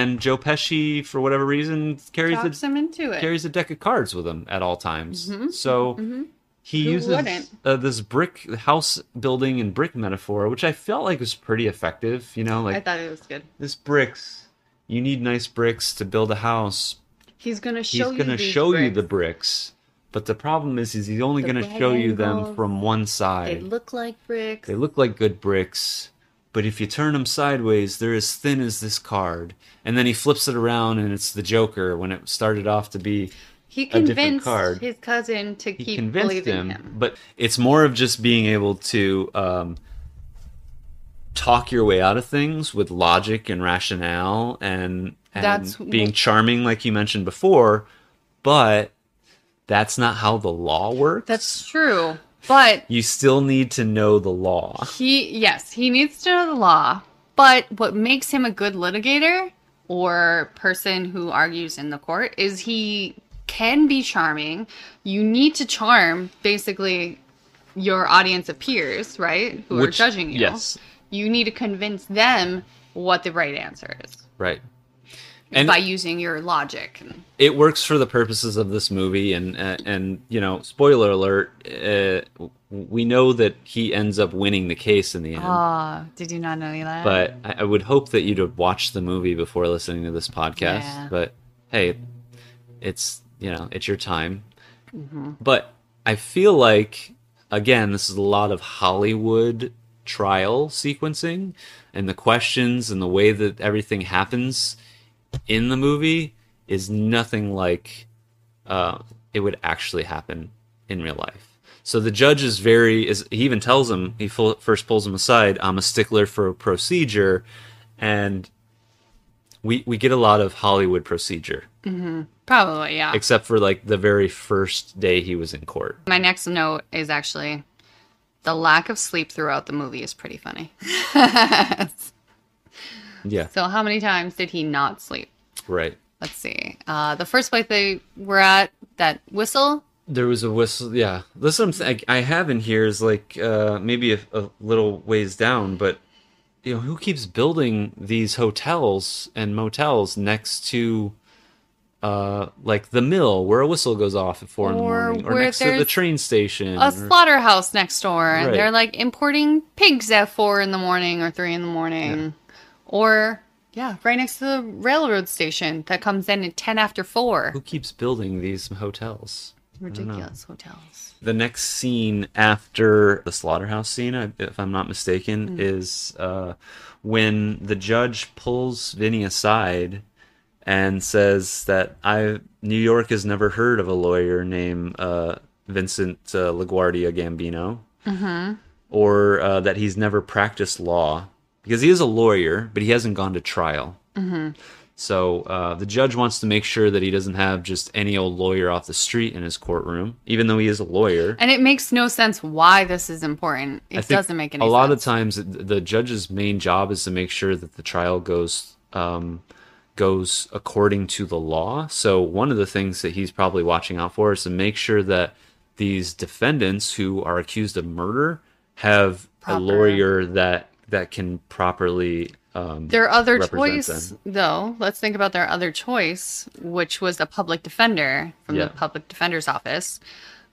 S2: And Joe Pesci, for whatever reason, carries
S1: Drops
S2: a,
S1: him into it. Mm-hmm.
S2: carries a deck of cards with him at all times. So he
S1: Who wouldn't?
S2: uses uh, this brick house building and brick metaphor, which I felt like was pretty effective. You know,
S1: I
S2: like
S1: thought it was good.
S2: this bricks. You need nice bricks to build a house.
S1: He's gonna
S2: He's
S1: show you.
S2: gonna
S1: these
S2: show you
S1: bricks.
S2: the bricks, but the problem is, is he's only
S1: The
S2: gonna
S1: right
S2: show you them
S1: angles.
S2: from one side.
S1: They look like bricks.
S2: They look like good bricks, but if you turn them sideways, they're as thin as this card. And then he flips it around, and it's the Joker when it started off to be.
S1: he
S2: different
S1: convinced
S2: card.
S1: his cousin to
S2: He
S1: keep
S2: convinced
S1: believing
S2: him,
S1: him.
S2: but it's more of just being able to um, talk your way out of things with logic and rationale, and, and
S1: That's wh-
S2: being charming, like you mentioned before. But that's not how the law works.
S1: That's true. But
S2: you still need to know the law.
S1: He yes, he needs to know the law. But what makes him a good litigator or person who argues in the court is he can be charming. You need to charm basically your audience of peers, right? Who
S2: Which-
S1: are judging you.
S2: yes.
S1: You need to convince them what the right answer is
S2: Right. And
S1: by using your logic.
S2: it works for the purposes of this movie and uh, and you know, spoiler alert, uh, w- we know that he ends up winning the case in the end.
S1: Ah, did you not know that?
S2: but I, I would hope that you'd have watched the movie before listening to this podcast.
S1: Yeah.
S2: But hey, it's you know, it's your time. But I feel like again, this is a lot of Hollywood trial sequencing and the questions and the way that everything happens in the movie is nothing like uh, it would actually happen in real life. So the judge is very is he even tells him he full, first pulls him aside. I'm a stickler for procedure, and we we get a lot of Hollywood procedure,
S1: probably yeah.
S2: except for like the very first day he was in court.
S1: My next note is actually the lack of sleep throughout the movie is pretty funny.
S2: Yeah,
S1: So how many times did he not sleep?
S2: right.
S1: Let's see. Uh, the first place they were at, that whistle.
S2: There was a whistle. Yeah, this I'm th- I have in here is like uh, maybe a, a little ways down, but you know who keeps building these hotels and motels next to uh, like the mill where a whistle goes off at four in the
S1: Or
S2: morning, or
S1: where
S2: next to the
S1: there's
S2: train station.
S1: A
S2: or-
S1: slaughterhouse next door, and
S2: Mhm. Right.
S1: they're like importing pigs at four in the morning or three in the morning, or yeah, right next to the railroad station that comes in at ten after four.
S2: who keeps building these hotels?
S1: Ridiculous hotels.
S2: The next scene after the slaughterhouse scene, I- if I'm not mistaken, is uh, when the judge pulls Vinny aside and says that I New York has never heard of a lawyer named uh, Vincent uh, LaGuardia Gambino, or uh, that he's never practiced law because he is a lawyer, but he hasn't gone to trial. So uh, the judge wants to make sure that he doesn't have just any old lawyer off the street in his courtroom, even though he is a lawyer.
S1: And it makes no sense why this is important. It
S2: I think
S1: doesn't make any
S2: a lot
S1: sense.
S2: of times th- the judge's main job is to make sure that the trial goes um, goes according to the law. So one of the things that he's probably watching out for is to make sure that these defendants who are accused of murder have
S1: Proper.
S2: a lawyer that that can properly um,
S1: Their other
S2: represent
S1: choice, though, let's think about their other choice, which was a public defender from
S2: Yeah.
S1: the public defender's office,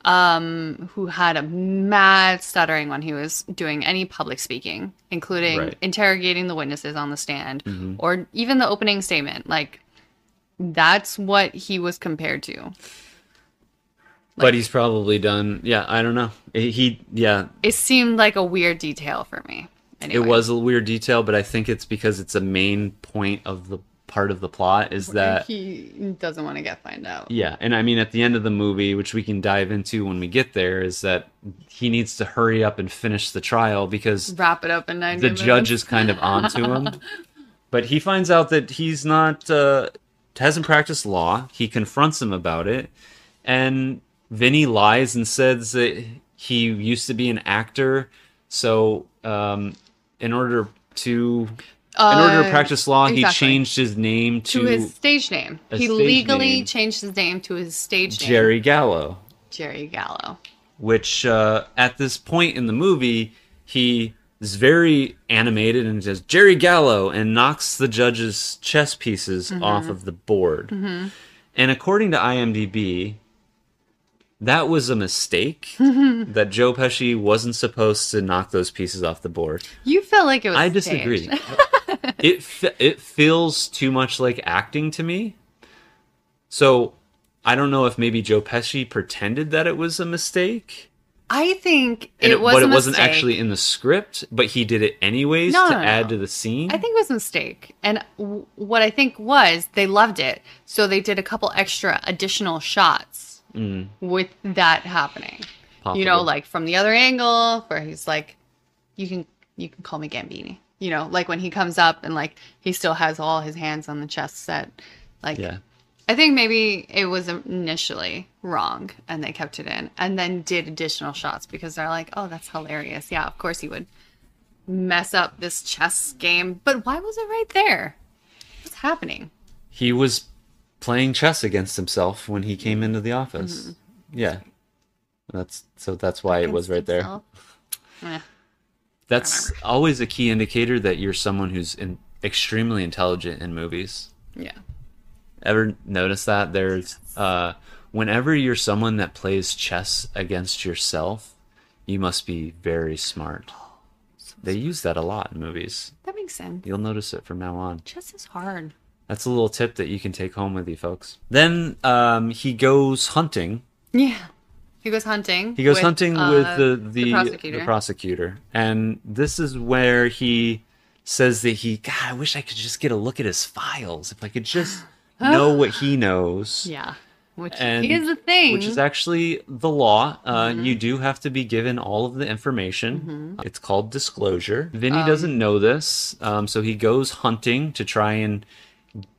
S1: um, who had a mad stuttering when he was doing any public speaking, including
S2: Right. Mm-hmm.
S1: interrogating the witnesses on the stand or even the opening statement. Like, that's what he was compared to.
S2: but he's probably done. Yeah, I don't know. He, he- yeah,
S1: It seemed like a weird detail for me.
S2: it
S1: Anyway,
S2: was a weird detail, but I think it's because it's a main point of the part of the plot is that
S1: he doesn't want to get find out.
S2: yeah, and I mean at the end of the movie, which we can dive into when we get there, is that he needs to hurry up and finish the trial because
S1: Wrap it up in 90
S2: the
S1: minutes.
S2: judge is kind of onto him. But he finds out that he's not uh, hasn't practiced law. He confronts him about it, and Vinny lies and says that he used to be an actor. So um, in order to In order to
S1: Uh,
S2: practice law, he
S1: exactly.
S2: changed his name
S1: to,
S2: to,
S1: his stage name.
S2: a
S1: He
S2: stage
S1: legally
S2: name.
S1: changed his name to his stage name,
S2: Jerry Gallo,
S1: Jerry Gallo.
S2: which uh, at this point in the movie, he is very animated and says, Jerry Gallo, and knocks the judge's chess pieces off of the board. And according to IMDb, that was a mistake that Joe Pesci wasn't supposed to knock those pieces off the board.
S1: You felt like it was.
S2: I disagree.
S1: staged.
S2: it fe- it feels too much like acting to me. So I don't know if maybe Joe Pesci pretended that it was a mistake,
S1: I think it,
S2: and
S1: was.
S2: but
S1: a
S2: it wasn't
S1: mistake.
S2: actually in the script. But he did it anyways
S1: No,
S2: to
S1: no, no,
S2: add
S1: no.
S2: to the scene.
S1: I think it was a mistake. And w- what I think was they loved it. So they did a couple extra additional shots with that happening. You know,
S2: Mm. Possible.
S1: like from the other angle where he's like, you can you can call me Gambini. You know, like when he comes up and like he still has all his hands on the chess set. Like
S2: yeah,
S1: I think maybe it was initially wrong and they kept it in and then did additional shots because they're like, oh, that's hilarious. Yeah, of course he would mess up this chess game. But why was it right there? What's happening?
S2: he was playing chess against himself when he came into the office.
S1: Mm-hmm.
S2: Yeah, that's so that's why it was right there.
S1: Eh.
S2: That's always a key indicator that you're someone who's in, extremely intelligent in movies.
S1: Yeah.
S2: Ever notice that there's uh whenever you're someone that plays chess against yourself, you must be very smart. They use that a lot in movies.
S1: That makes sense.
S2: You'll notice it from now on.
S1: Chess is hard.
S2: That's a little tip that you can take home with you folks. Then um he goes hunting.
S1: Yeah. He goes hunting.
S2: He goes
S1: with,
S2: hunting
S1: uh,
S2: with the the,
S1: prosecutor.
S2: the prosecutor. And this is where he says that he God, I wish I could just get a look at his files. If I could just know what he knows.
S1: yeah. Which
S2: and
S1: is a thing. Mm-hmm.
S2: which is actually the law. Uh, You do have to be given all of the information. It's called disclosure. Vinny
S1: Um,
S2: doesn't know this, um, so he goes hunting to try and,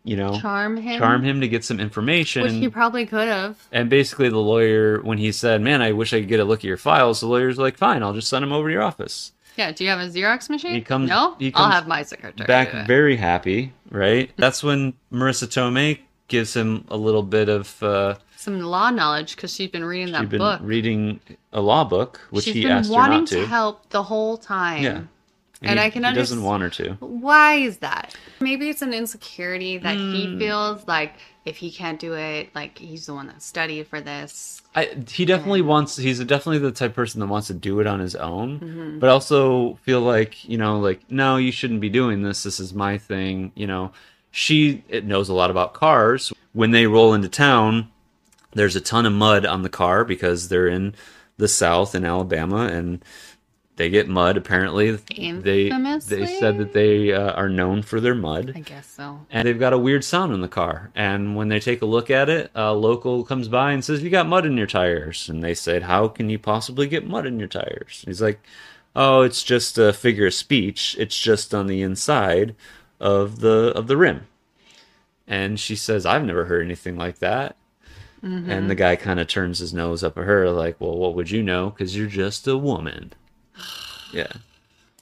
S2: you know, charm
S1: charm
S2: him,
S1: him.
S2: to get some information.
S1: Which he probably could have.
S2: and basically, the lawyer, when he said, "Man, I wish I could get a look at your files," the lawyer's like, "Fine, I'll just send him over to your office."
S1: Yeah, do you have a Xerox machine?
S2: He comes-
S1: No,
S2: he
S1: I'll
S2: comes
S1: have my secretary. do
S2: Back
S1: it.
S2: very happy, right? That's when Marissa Tomei gives him a little bit of. Uh,
S1: Some law knowledge because she's been reading
S2: she'd
S1: that
S2: been
S1: book.
S2: reading a law book, which
S1: She's
S2: he
S1: been
S2: asked her
S1: wanting
S2: not to.
S1: to help the whole time.
S2: Yeah.
S1: And I can
S2: he doesn't
S1: underst-
S2: want her to.
S1: Why is that? Maybe it's an insecurity that
S2: Hmm.
S1: he feels like if he can't do it, like he's the one that studied for this.
S2: I, he definitely wants. He's definitely the type of person that wants to do it on his own, but also feel like you know, like no, you shouldn't be doing this. This is my thing. You know, she it knows a lot about cars. When they roll into town, there's a ton of mud on the car because they're in the South in Alabama and they get mud. Apparently, they they said
S1: Infamously?
S2: that they uh, are known for their mud.
S1: I guess so.
S2: and they've got a weird sound in the car. And when they take a look at it, a local comes by and says, "You got mud in your tires." And they said, "How can you possibly get mud in your tires?" And he's like, "Oh, it's just a figure of speech. It's just on the inside of the of the rim." And she says, "I've never heard anything like that." And the guy kind of turns his nose up at her, like, "Well, what would you know? Because you're just a woman." Yeah,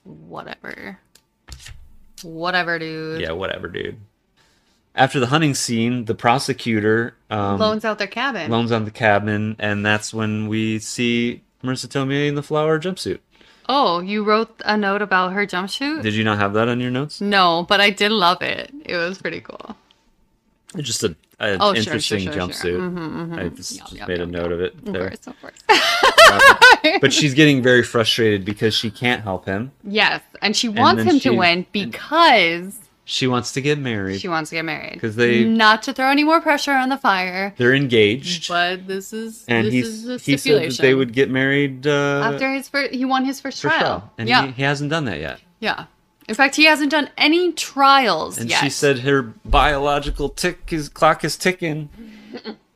S1: Whatever. Whatever, dude.
S2: yeah, whatever, dude. After the hunting scene, the prosecutor um,
S1: Loans out their cabin.
S2: Loans on the cabin, and that's when we see Marissa Tomei in the flower jumpsuit.
S1: oh, you wrote a note about her jumpsuit?
S2: Did you not have that on your notes?
S1: no, but I did love it. It was pretty cool.
S2: It's just a, a
S1: Oh, sure,
S2: interesting
S1: sure, sure,
S2: jumpsuit.
S1: sure.
S2: I just,
S1: Yep,
S2: just
S1: yep,
S2: made a
S1: yep,
S2: note of it
S1: Of
S2: there.
S1: course, of course.
S2: But she's getting very frustrated because she can't help him.
S1: Yes, and she wants
S2: then
S1: him
S2: she-
S1: to win because
S2: She wants to get married.
S1: she wants to get married.
S2: 'Cause they-
S1: not to throw any more pressure on the fire,
S2: They're engaged,
S1: but this is
S2: and
S1: this
S2: he's,
S1: is a
S2: he said
S1: stipulation.
S2: that they would get married uh,
S1: after his first, he won his first
S2: for
S1: trial.
S2: trial, and
S1: yeah,
S2: he, he hasn't done that yet.
S1: yeah. In fact, he hasn't done any trials
S2: And
S1: yet.
S2: she said her biological tick is clock is ticking,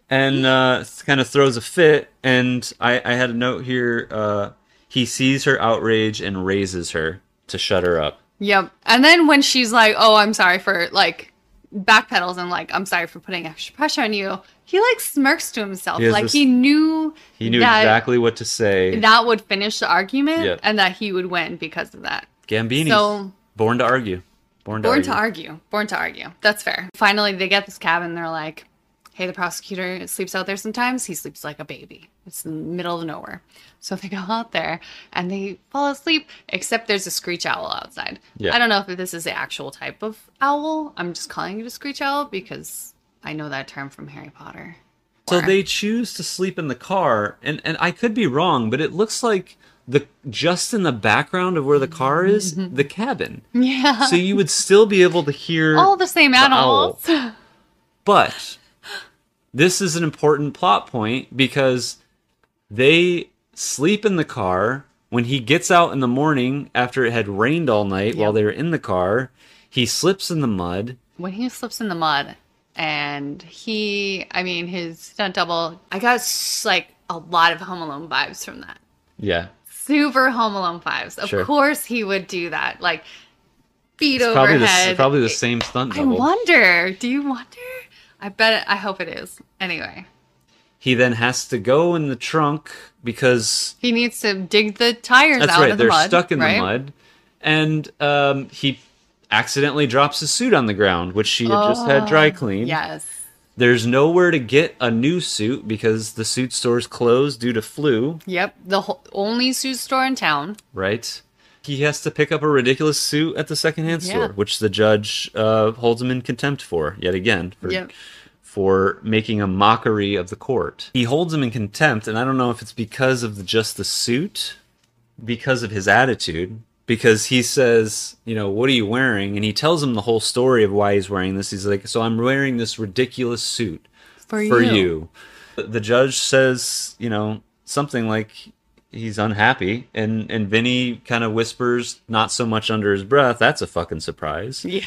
S2: and uh, kind of throws a fit. And I, I had a note here. Uh, he sees her outrage and raises her to shut her up.
S1: "Yep." And then when she's like, "Oh, I'm sorry for like." backpedals and like i'm sorry for putting extra pressure on you he like smirks to himself
S2: He has
S1: like
S2: this-
S1: he knew
S2: He knew exactly what to say.
S1: that would finish the argument
S2: Yeah.
S1: and that he would win because of that
S2: Gambini,
S1: so-
S2: born to argue. Born,
S1: Born
S2: to
S1: to argue. Born to argue. That's fair. Finally, they get this cabin. They're like, hey, the prosecutor sleeps out there sometimes. He sleeps like a baby. It's in the middle of nowhere. So they go out there and they fall asleep, except there's a screech owl outside.
S2: Yeah.
S1: I don't know if this is the actual type of owl. I'm just calling it a screech owl because I know that term from Harry Potter.
S2: So
S1: Or-
S2: they choose to sleep in the car, and and I could be wrong, but it looks like the just in the background of where the car is, the cabin.
S1: Mm-hmm. Yeah.
S2: So you would still be able to hear
S1: All the same
S2: owl.
S1: animals.
S2: But this is an important plot point because they sleep in the car. When he gets out in the morning after it had rained all night while they were in the car, he slips in the mud.
S1: when he slips in the mud and he i mean his stunt double i got s- like a lot of home alone vibes from that
S2: Yeah.
S1: super home alone vibes of
S2: Sure.
S1: course he would do that like feet
S2: It's probably
S1: overhead
S2: the, s- probably the same stunt
S1: i
S2: double.
S1: wonder do you wonder i bet it, i hope it is anyway
S2: He then has to go in the trunk because
S1: he needs to dig the tires
S2: That's
S1: out
S2: right.
S1: of the
S2: They're
S1: mud
S2: stuck in
S1: right?
S2: the mud, and um, he accidentally drops his suit on the ground, which she had just had
S1: Oh,
S2: dry cleaned.
S1: yes
S2: There's nowhere to get a new suit because the suit store's closed due to flu.
S1: yep the whole, only suit store in town
S2: Right. He has to pick up a ridiculous suit at the secondhand
S1: Yeah.
S2: store, which the judge uh, holds him in contempt for yet again for
S1: Yep.
S2: for making a mockery of the court. He holds him in contempt, and I don't know if it's because of the, just the suit, because of his attitude, because he says, you know, what are you wearing? And he tells him the whole story of why he's wearing this. He's like, so I'm wearing this ridiculous suit
S1: for,
S2: for
S1: you.
S2: you. The judge says, you know, something like he's unhappy, and and Vinny kind of whispers, not so much under his breath, that's a fucking surprise.
S1: yeah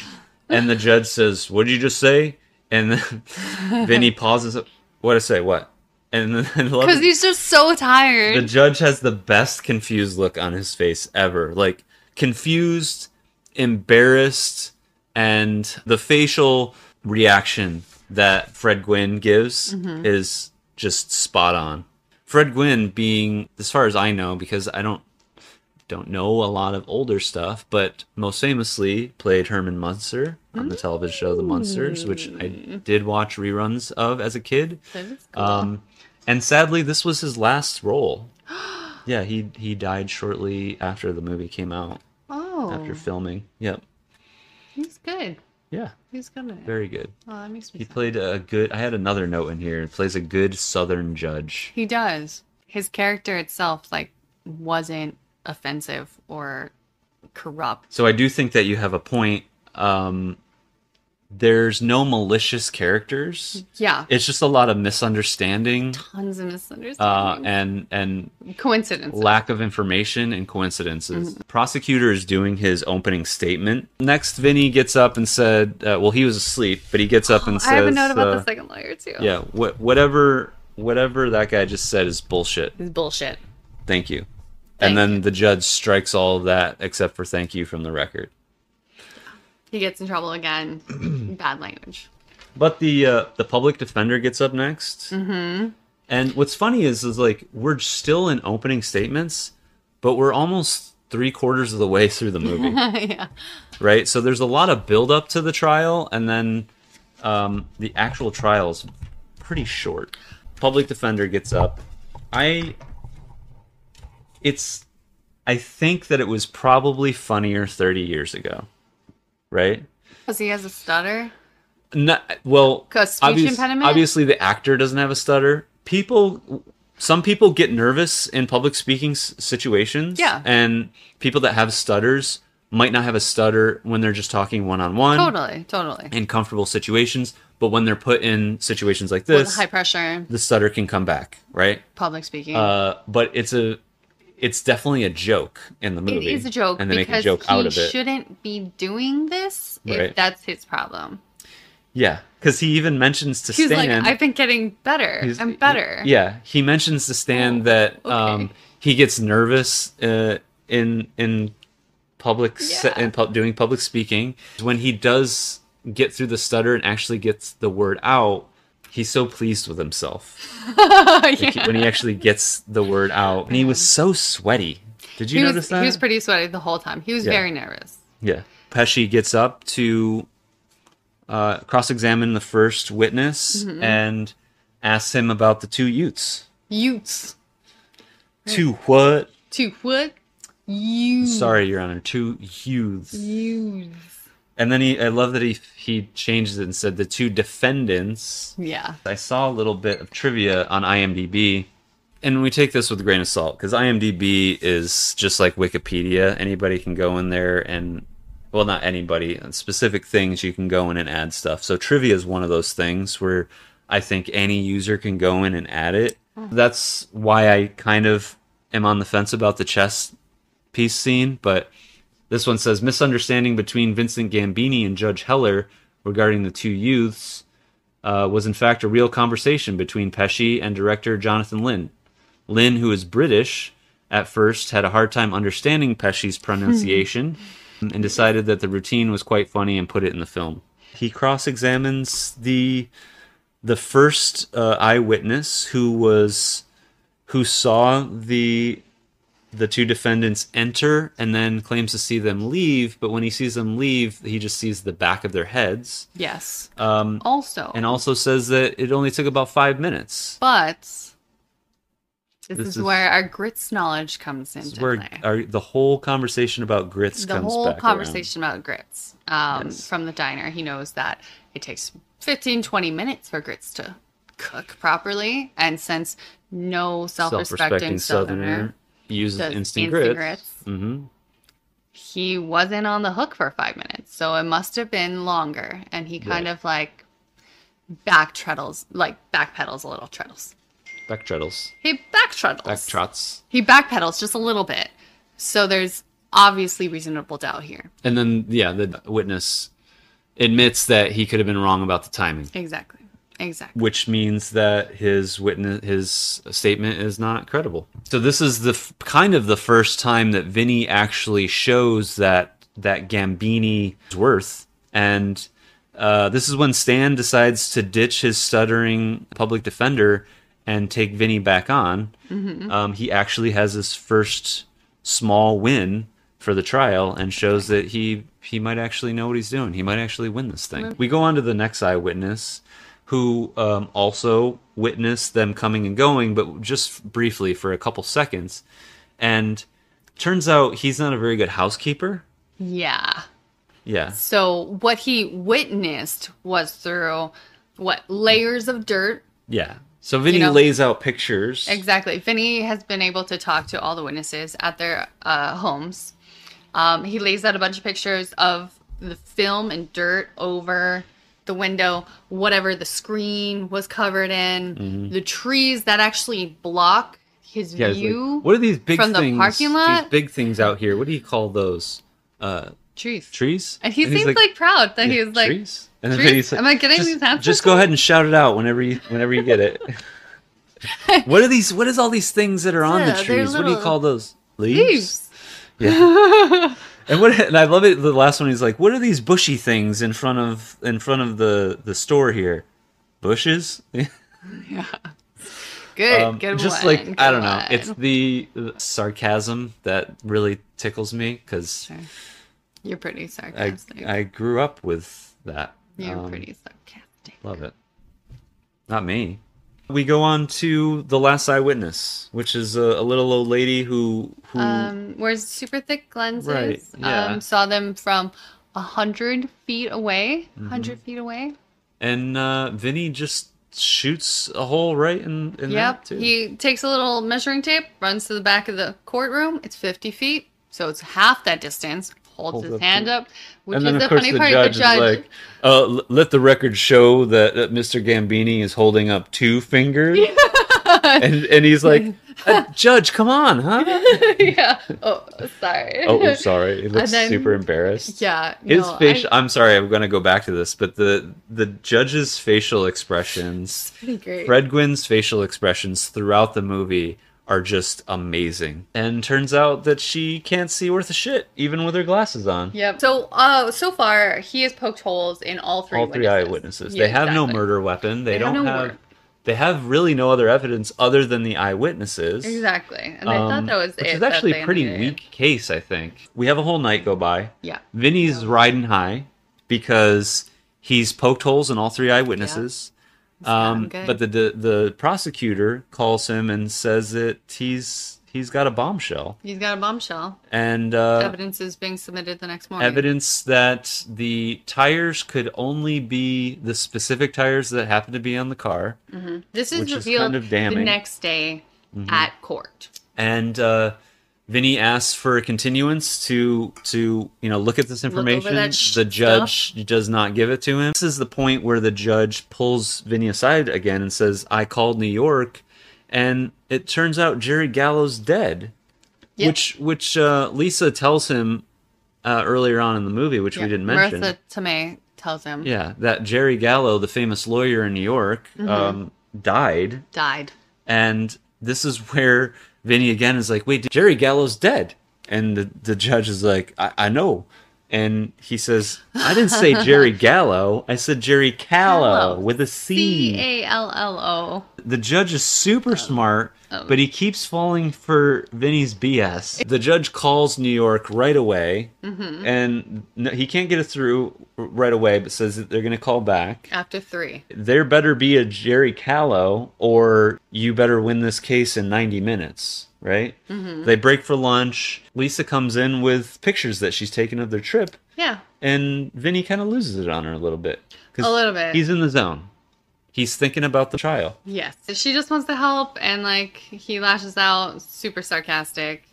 S2: And the judge says, "What did you just say?" And then Vinny pauses. What I say? What? And then and
S1: because
S2: love,
S1: he's just so tired
S2: the judge has the best confused look on his face ever. Like confused, embarrassed, and the facial reaction that Fred Gwynn gives is just spot on. Fred Gwynn being, as far as I know, because I don't don't know a lot of older stuff, but most famously played Herman Munster on the television show The Munsters, which I did watch reruns of as a kid.
S1: That is cool.
S2: Um, and sadly, this was his last role. yeah, he he died shortly after the movie came out
S1: oh
S2: after filming. Yep.
S1: He's good.
S2: Yeah,
S1: He's good at it.
S2: very good.
S1: Oh, that makes me
S2: He
S1: sad.
S2: played a good. I had another note in here. He plays a good Southern judge.
S1: He does. His character itself, like, wasn't offensive or corrupt.
S2: So I do think that you have a point. Um, there's no malicious characters.
S1: Yeah.
S2: It's just a lot of misunderstanding
S1: Tons of
S2: uh,
S1: misunderstandings.
S2: and and
S1: Coincidence.
S2: lack of information and coincidences.
S1: Mm-hmm.
S2: Prosecutor is doing his opening statement. Next, Vinny gets up and said, uh, "Well, he was asleep, but he gets up and says,
S1: I have a note about
S2: uh,
S1: the second lawyer, too.
S2: yeah, what whatever whatever that guy just said is bullshit.
S1: It's bullshit.
S2: Thank you."
S1: Thank
S2: and then the judge strikes all of that except for "thank you" from the record.
S1: He gets in trouble again. Bad language.
S2: But the uh, the public defender gets up next. Mm-hmm. And what's funny is is like we're still in opening statements, but we're almost three quarters of the way through the movie,
S1: yeah.
S2: right? So there's a lot of build up to the trial, and then um, the actual trial's pretty short. Public defender gets up. I it's I think that it was probably funnier 30 years ago, right?
S1: Because he has a stutter.
S2: not well
S1: 'Cause speech
S2: obvious-
S1: impediment?
S2: obviously the actor doesn't have a stutter people some people get nervous in public speaking s- situations
S1: Yeah.
S2: and people that have stutters might not have a stutter when they're just talking one-on-one
S1: Totally. Totally.
S2: in comfortable situations but when they're put in situations like
S1: With
S2: this
S1: high pressure,
S2: the stutter can come back right
S1: public speaking.
S2: uh, but it's a it's definitely a joke in the
S1: it
S2: movie
S1: is a joke
S2: and they
S1: because
S2: make a joke
S1: he
S2: out of it
S1: shouldn't be doing this
S2: Right.
S1: if that's his problem.
S2: yeah because he even mentions to
S1: He's
S2: stan
S1: like, I've been getting better
S2: He's-
S1: and better. Oh,
S2: Yeah, he mentions to Stan that um,
S1: okay.
S2: he gets nervous uh, in in public se-
S1: Yeah.
S2: in pub- doing public speaking. When he does get through the stutter and actually gets the word out, he's so pleased with himself Like,
S1: Oh, Yeah.
S2: when he actually gets the word out. And he was so sweaty. Did you
S1: he,
S2: notice
S1: was,
S2: that?
S1: he was pretty sweaty the whole time. He was
S2: Yeah.
S1: very nervous.
S2: yeah. Pesci gets up to uh, cross-examine the first witness
S1: Mm-hmm.
S2: and asks him about the two Utes.
S1: Utes.
S2: Two what?
S1: Two what? Utes.
S2: Sorry, Your Honor. Two youths.
S1: Utes.
S2: And then he, I love that he he changed it and said the two defendants.
S1: Yeah.
S2: I saw a little bit of trivia on IMDb, and we take this with a grain of salt because IMDb is just like Wikipedia. Anybody can go in there and, well, not anybody, specific things you can go in and add stuff. So trivia is one of those things where I think any user can go in and add it. That's why I kind of am on the fence about the chess piece scene, but this one says misunderstanding between Vincent Gambini and Judge Heller regarding the two youths uh, was in fact a real conversation between Pesci and director Jonathan Lynn. Lynn, who is British, at first had a hard time understanding Pesci's pronunciation and decided that the routine was quite funny and put it in the film. He cross examines the the first uh, eyewitness who was who saw the the two defendants enter and then claims to see them leave, but when he sees them leave, he just sees the back of their heads
S1: Yes. Um, also,
S2: and also says that it only took about five minutes.
S1: but this, is,
S2: is-
S1: where our grits knowledge comes into
S2: This is where
S1: play.
S2: our, the whole conversation about grits
S1: the
S2: comes
S1: whole
S2: back
S1: conversation about grits um,
S2: Yes.
S1: from the diner he knows that it takes 15 20 minutes for grits to cook properly and since no
S2: around.
S1: self-respecting, southerner,
S2: uses
S1: does
S2: instant,
S1: instant
S2: grits.
S1: grits.
S2: hmm
S1: he wasn't on the hook for five minutes so it must have been longer and he kind
S2: Right.
S1: of like back treadles like backpedals a little treadles
S2: Back treadles,
S1: he back treadles
S2: back trots,
S1: he backpedals just a little bit so there's obviously reasonable doubt here
S2: and then yeah, the witness admits that he could have been wrong about the timing,
S1: exactly exactly
S2: which means that his witness his statement is not credible. So this is the f- kind of the first time that Vinny actually shows that that Gambini is worth, and uh, this is when Stan decides to ditch his stuttering public defender and take Vinny back on. Um, he actually has his first small win for the trial and shows that he he might actually know what he's doing. He might actually win this
S1: Mm-hmm.
S2: thing. We go on to the next eyewitness, who um, also witnessed them coming and going, but just briefly for a couple seconds. And turns out he's not a very good housekeeper.
S1: yeah
S2: Yeah.
S1: So what he witnessed was through what layers of dirt.
S2: Yeah. So Vinny
S1: know-
S2: lays out pictures.
S1: Exactly. Vinny has been able to talk to all the witnesses at their uh, homes. Um, he lays out a bunch of pictures of the film and dirt over the window, whatever the screen was covered in, the trees that actually block his
S2: Mm-hmm. Yeah, it's like,
S1: view.
S2: what are these big
S1: from the
S2: things?
S1: parking lot?
S2: These big things out here. What do you call those? Uh,
S1: trees?
S2: trees?
S1: And he seems like, proud that he was like,
S2: trees? And then
S1: "Trees?
S2: he's like,
S1: Am I getting
S2: just,
S1: these answers
S2: Just go ahead and shout it out whenever you whenever you get it. what are these? What is all these things that are on
S1: Yeah,
S2: the
S1: they're
S2: trees? What do you
S1: little
S2: call those? Leaves.
S1: "Leaves."
S2: Yeah. and what? And I love it. The last one, he's like, "What are these bushy things in front of in front of the the store here? Bushes."
S1: Yeah. Good,
S2: Um,
S1: good
S2: just
S1: one,
S2: like
S1: good
S2: I don't know,
S1: one.
S2: it's the sarcasm that really tickles me because
S1: Sure. You're pretty
S2: I
S1: sarcastic.
S2: I grew up with that.
S1: You're
S2: Um,
S1: pretty sarcastic.
S2: Love it. Not me. We go on to the last eyewitness, which is a, a little old lady who who
S1: Um, wears super thick lenses.
S2: Mm. Right, yeah.
S1: Um, saw them from a hundred feet away.
S2: Mm-hmm.
S1: 100 feet away.
S2: and uh, Vinny just shoots a hole right in, in that
S1: Yep.
S2: too.
S1: He takes a little measuring tape, runs to the back of the courtroom. It's 50 feet, so it's half that distance. Holds,
S2: Holds
S1: his
S2: up
S1: hand
S2: to-
S1: up, which
S2: and then,
S1: is the
S2: of course,
S1: funny
S2: the
S1: part.
S2: judge,
S1: the judge,
S2: is like, uh, l- "Let the record show that, that Mr. Gambini is holding up two fingers," and and he's like, uh, "Judge, come on, huh?"
S1: yeah. Oh, sorry.
S2: oh, oh, sorry. It looks
S1: then-
S2: super embarrassed.
S1: yeah.
S2: His
S1: no, I-
S2: facial. I'm sorry. I'm going to go back to this, but the the judge's facial expressions,
S1: pretty great.
S2: Fred Gwynn's facial expressions throughout the movie are just amazing. And turns out that she can't see worth a shit, even with her glasses on.
S1: Yep. So, uh, so far he has poked holes in all three.
S2: All three eyewitnesses.
S1: Yeah,
S2: they have no
S1: exactly.
S2: murder weapon. They,
S1: They have
S2: don't
S1: no
S2: have.
S1: mur-
S2: They have really no other evidence other than the eyewitnesses.
S1: Exactly. And I thought
S2: um,
S1: that was
S2: which
S1: it.
S2: is
S1: that
S2: actually
S1: they
S2: a pretty
S1: needed.
S2: weak case, I think. We have a whole night go by.
S1: Yeah.
S2: Vinny's riding high because he's poked holes in all three eyewitnesses.
S1: not
S2: Um,
S1: good.
S2: but the, the the prosecutor calls him and says that he's he's got a bombshell
S1: He's got a bombshell.
S2: and uh,
S1: Evidence is being submitted the next morning.
S2: evidence that the tires could only be the specific tires that happened to be on the car.
S1: This is
S2: which is
S1: revealed
S2: kind of
S1: the
S2: damning. Mm-hmm.
S1: next day at court.
S2: and uh, Vinny asks for a continuance to to you know look at this
S1: over
S2: information.
S1: that sh-
S2: the judge does not give it to him. This is the point where the judge pulls Vinny aside again and says, "I called New York, and it turns out Jerry Gallo's dead."
S1: Yep.
S2: Which which uh, Lisa tells him uh, earlier on in the movie, which we didn't mention.
S1: Martha Tomei tells him
S2: Yeah, that Jerry Gallo, the famous lawyer in New York,
S1: Mm-hmm.
S2: um, died
S1: died.
S2: and this is where Vinny again is like, wait, Jerry Gallo's dead. And the, the judge is like, I, I know. And he says, I didn't say Jerry Gallo. I said Jerry Callow
S1: Callow.
S2: with a C.
S1: C A Oh. L L O.
S2: The judge is super smart, but he keeps falling for Vinny's BS. The judge calls New York right away,
S1: Mm-hmm.
S2: and no, he can't get it through right away, but says that they're going to call back
S1: After three.
S2: there better be a Jerry Callow or you better win this case in 90 minutes, right?
S1: Mm-hmm.
S2: They break for lunch. Lisa comes in with pictures that she's taken of their trip,
S1: Yeah.
S2: and Vinny kind of loses it on her a little bit. 'Cause
S1: A little bit.
S2: He's in the zone. He's thinking about the trial.
S1: Yes. She just wants to help, and like he lashes out, super sarcastic.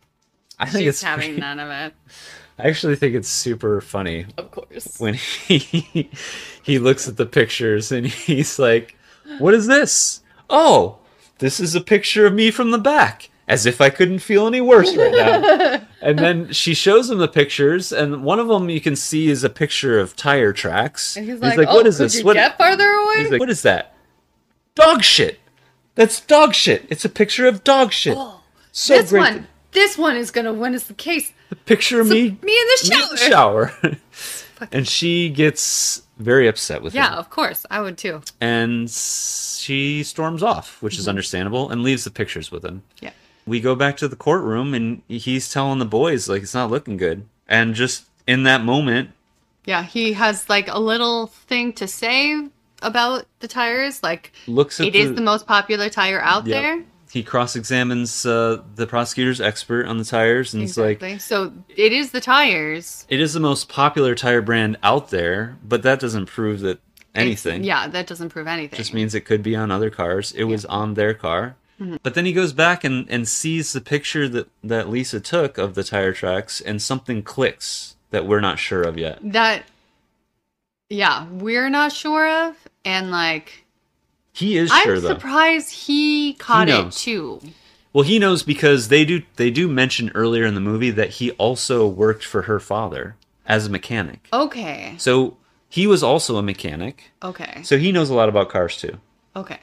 S2: I think
S1: She's
S2: it's.
S1: having
S2: pretty-
S1: none of it.
S2: I actually think it's super funny
S1: Of course.
S2: when he he looks at the pictures and he's like, "What is this? Oh, this is a picture of me from the back." As if I couldn't feel any worse right now. and then she shows him the pictures, and one of them you can see is a picture of tire tracks.
S1: And he's
S2: what
S1: like,
S2: is
S1: oh, could You get farther away?
S2: He's like, "What is that? Dog shit. That's dog shit. It's a picture of dog shit.
S1: Oh,
S2: so
S1: this
S2: great.
S1: one. This one is gonna win us the case.
S2: The picture of
S1: Me, me
S2: me,
S1: in the
S2: me in
S1: shower.
S2: the shower." and she gets very upset with him.
S1: Yeah, of course. I would too.
S2: and she storms off, which
S1: Mm-hmm.
S2: is understandable, and leaves the pictures with him.
S1: Yeah.
S2: We go back to the courtroom, and he's telling the boys like it's not looking good, and just in that moment,
S1: Yeah, he has like a little thing to say about the tires. Like
S2: looks at
S1: it is the most popular tire out
S2: Yep.
S1: there.
S2: He cross examines uh, the prosecutor's expert on the tires, and it's like.
S1: Exactly. so it is the tires.
S2: It is the most popular tire brand out there, but that doesn't prove that anything.
S1: It's- yeah, that doesn't prove anything.
S2: just means it could be on other cars. It was on their car. But then he goes back and, and sees the picture that, that Lisa took of the tire tracks, and something clicks that we're not sure of yet.
S1: that yeah, we're not sure of and like
S2: He is
S1: I'm
S2: sure though.
S1: surprised he caught it
S2: knows.
S1: too.
S2: Well, he knows because they do they do mention earlier in the movie that he also worked for her father as a mechanic.
S1: Okay.
S2: So he was also a mechanic.
S1: Okay.
S2: So he knows a lot about cars too.
S1: Okay.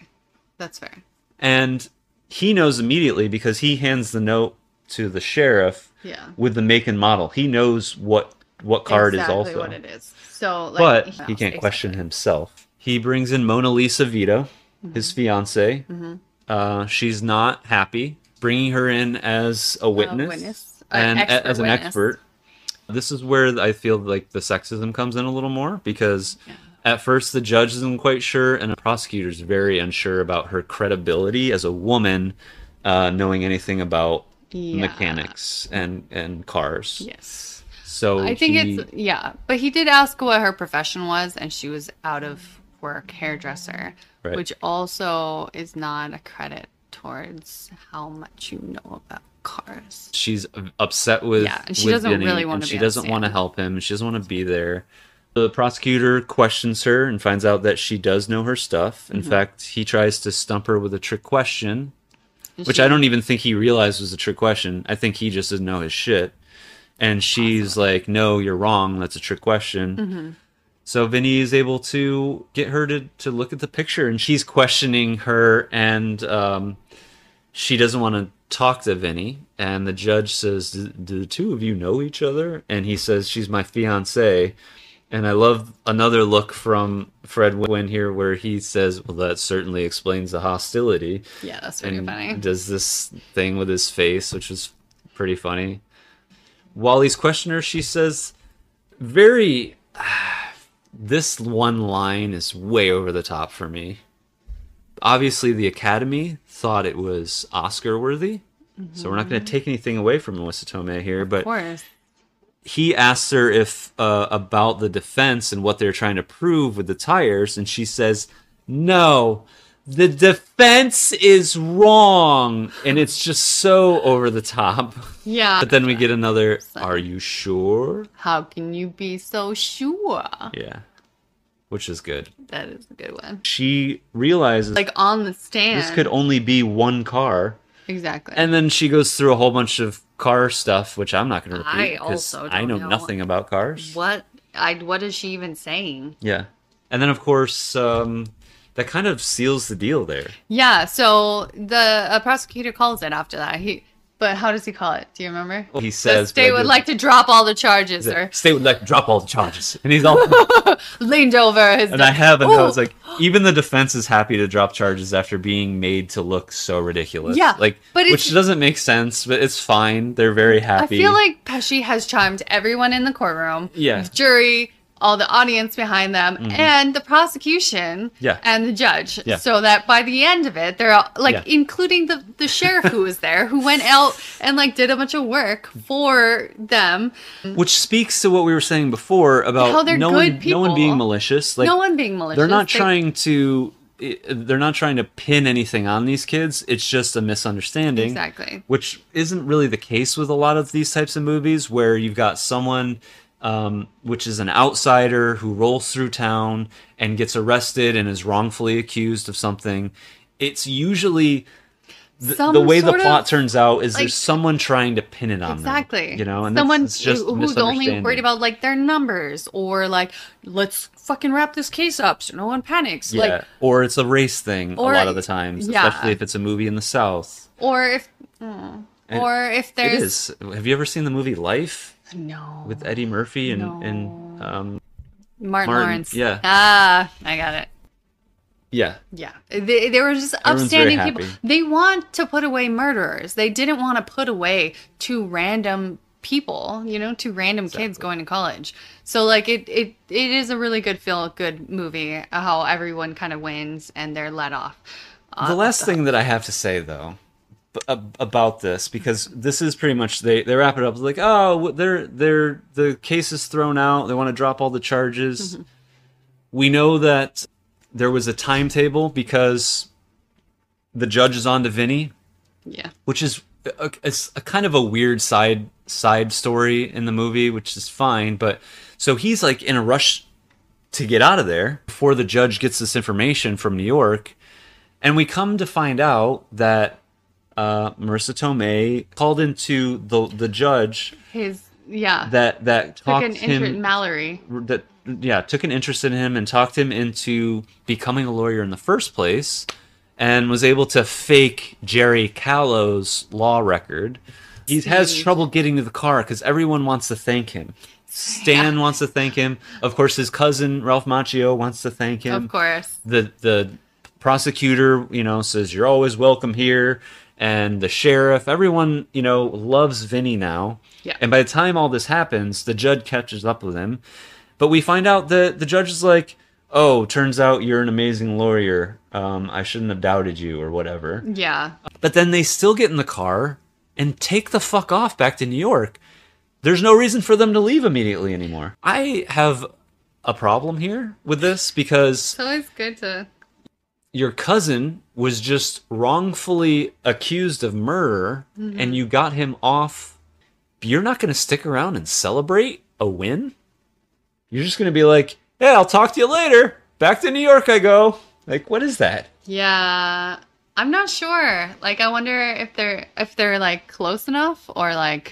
S1: That's fair.
S2: And he knows immediately because he hands the note to the sheriff
S1: Yeah.
S2: with the make and model. He knows what what card
S1: exactly
S2: is also.
S1: what it is. So like
S2: but he can't question
S1: Exactly.
S2: himself. He brings in Mona Lisa Vito,
S1: Mm-hmm.
S2: his fiance. Uh, she's not happy, bringing her in as a witness,
S1: witness. An
S2: and a-
S1: expert
S2: as an
S1: witness.
S2: expert. This is where I feel like the sexism comes in a little more because at first the judge isn't quite sure, and the prosecutor's very unsure about her credibility as a woman, uh, knowing anything about
S1: Yeah.
S2: mechanics and and cars.
S1: Yes.
S2: So
S1: I think
S2: he-
S1: it's yeah, but he did ask what her profession was, and she was out of work hairdresser,
S2: Right.
S1: which also is not a credit towards how much you know about cars.
S2: she's upset with
S1: Yeah, and she
S2: with
S1: doesn't
S2: Vinny,
S1: really wanna
S2: and she
S1: be
S2: doesn't
S1: upset.
S2: want to help him she doesn't want to be there the prosecutor questions her and finds out that she does know her stuff
S1: Mm-hmm.
S2: in fact he tries to stump her with a trick question
S1: And
S2: which
S1: she-
S2: i don't even think he realized was a trick question i think he just didn't know his shit and she's like no you're wrong that's a trick question
S1: Mm-hmm.
S2: so vinny is able to get her to, to look at the picture and she's questioning her and um, she doesn't want to talk to Vinny, and the judge says, "Do do the two of you know each other?" And he says, "She's my fiance," And I love another look from Fred Wynn here where he says, Well, that certainly explains the hostility.
S1: Yeah, that's pretty
S2: And
S1: funny.
S2: does this thing with his face, which is pretty funny. Wally's questioner, she says, Very. this one line is way over the top for me. Obviously, the Academy thought it was Oscar worthy. So we're not going to take anything away from Melissa Tomei here, but
S1: Mm-hmm. Of course.
S2: he asks her if uh, about the defense and what they're trying to prove with the tires, and she says, "No, the defense is wrong," and it's just so over the top.
S1: Yeah.
S2: But then we get another, "Are you sure?"
S1: How can you be so sure?
S2: Yeah, which is good.
S1: That is a good one.
S2: She realizes
S1: Like on the stand.
S2: this could only be one car,
S1: exactly.
S2: and then she goes through a whole bunch of car stuff, which I'm not going to repeat.
S1: I
S2: 'cause
S1: also
S2: I
S1: don't
S2: know,
S1: know.
S2: nothing about cars.
S1: what? I. What is she even saying?
S2: Yeah. And then of course, um, that kind of seals the deal there.
S1: Yeah. So the a prosecutor calls it after that. He. But how does he call it? Do you remember?
S2: He
S1: The
S2: says
S1: state would like to drop all the charges, or
S2: State would like drop all the charges. And he's all
S1: leaned over his.
S2: and I have and I was
S1: Ooh.
S2: like, even the defense is happy to drop charges after being made to look so ridiculous.
S1: Yeah,
S2: Like
S1: but it's-
S2: which doesn't make sense, but it's fine. They're very
S1: I
S2: happy.
S1: feel like Pesci has charmed everyone in the courtroom.
S2: Yeah. Mm-hmm.
S1: The jury, all the audience behind them, and the prosecution.
S2: Yeah.
S1: And the judge.
S2: Yeah.
S1: So that by the end of it, they're all like,
S2: Yeah.
S1: including the the sheriff who was there, who went out and like did a bunch of work for them.
S2: which speaks to what we were saying before about
S1: How they're
S2: no one
S1: good
S2: no one being
S1: people.
S2: malicious. Like
S1: no one being malicious.
S2: they're not
S1: They-
S2: trying to it- they're not trying to pin anything on these kids it's just a misunderstanding
S1: Exactly.
S2: which isn't really the case with a lot of these types of movies where you've got someone um, which is an outsider who rolls through town and gets arrested and is wrongfully accused of something it's usually
S1: some
S2: the way the
S1: sort of-
S2: plot turns out is
S1: like-
S2: there's someone trying to pin it on them,
S1: Exactly.
S2: you know and that's-
S1: someone
S2: it's just
S1: who's only worried
S2: misunderstanding.
S1: about like their numbers or like let's fucking wrap this case up so no one panics.
S2: yeah
S1: Like
S2: or it's a race thing
S1: Or-
S2: a lot of the times
S1: yeah.
S2: especially if it's a movie in the south
S1: or if mm,
S2: And
S1: or if
S2: It
S1: there's
S2: is. Have you ever seen the movie Life
S1: no
S2: with Eddie Murphy and
S1: No.
S2: and um
S1: Martin,
S2: Martin,
S1: Lawrence.
S2: yeah.
S1: Ah, I got it.
S2: yeah
S1: Yeah. They, they were just
S2: Everyone's very
S1: upstanding people.
S2: happy.
S1: They want to put away murderers. They didn't want to put away two random people, you know, two random kids going to college. So like it it it is a really good feel good movie how everyone kind of wins and they're let off. Uh,
S2: the last thing that I have to say though b- ab- about this because this is pretty much they they wrap it up like oh they're they're the case is thrown out they want to drop all the charges
S1: Mm-hmm.
S2: we know that there was a timetable because the judge is on to Vinny
S1: Yeah.
S2: which is a, it's a kind of a weird side side story in the movie, which is fine. But so he's like in a rush to get out of there before the judge gets this information from New York, and we come to find out that uh, Marissa Tomei called into the the judge
S1: His yeah.
S2: that that
S1: like
S2: talked
S1: an
S2: him
S1: intro Mallory.
S2: that yeah took an interest in him and talked him into becoming a lawyer in the first place and was able to fake jerry callow's law record he has
S1: Sweet.
S2: trouble getting to the car because everyone wants to thank him stan wants to thank him of course his cousin ralph macchio wants to thank him
S1: Of course.
S2: the the prosecutor you know says you're always welcome here and the sheriff everyone you know loves vinny now
S1: Yeah.
S2: and by the time all this happens the judge catches up with him but we find out that the judge is like oh turns out you're an amazing lawyer um, i shouldn't have doubted you or whatever
S1: Yeah.
S2: but then they still get in the car and take the fuck off back to New York. There's no reason for them to leave immediately anymore. I have a problem here with this because
S1: So it's good to
S2: your cousin was just wrongfully accused of murder
S1: Mm-hmm.
S2: and you got him off you're not going to stick around and celebrate a win you're just going to be like yeah i'll talk to you later back to new york i go like what is that
S1: Yeah, I'm not sure. Like, I wonder if they're if they're like close enough or like,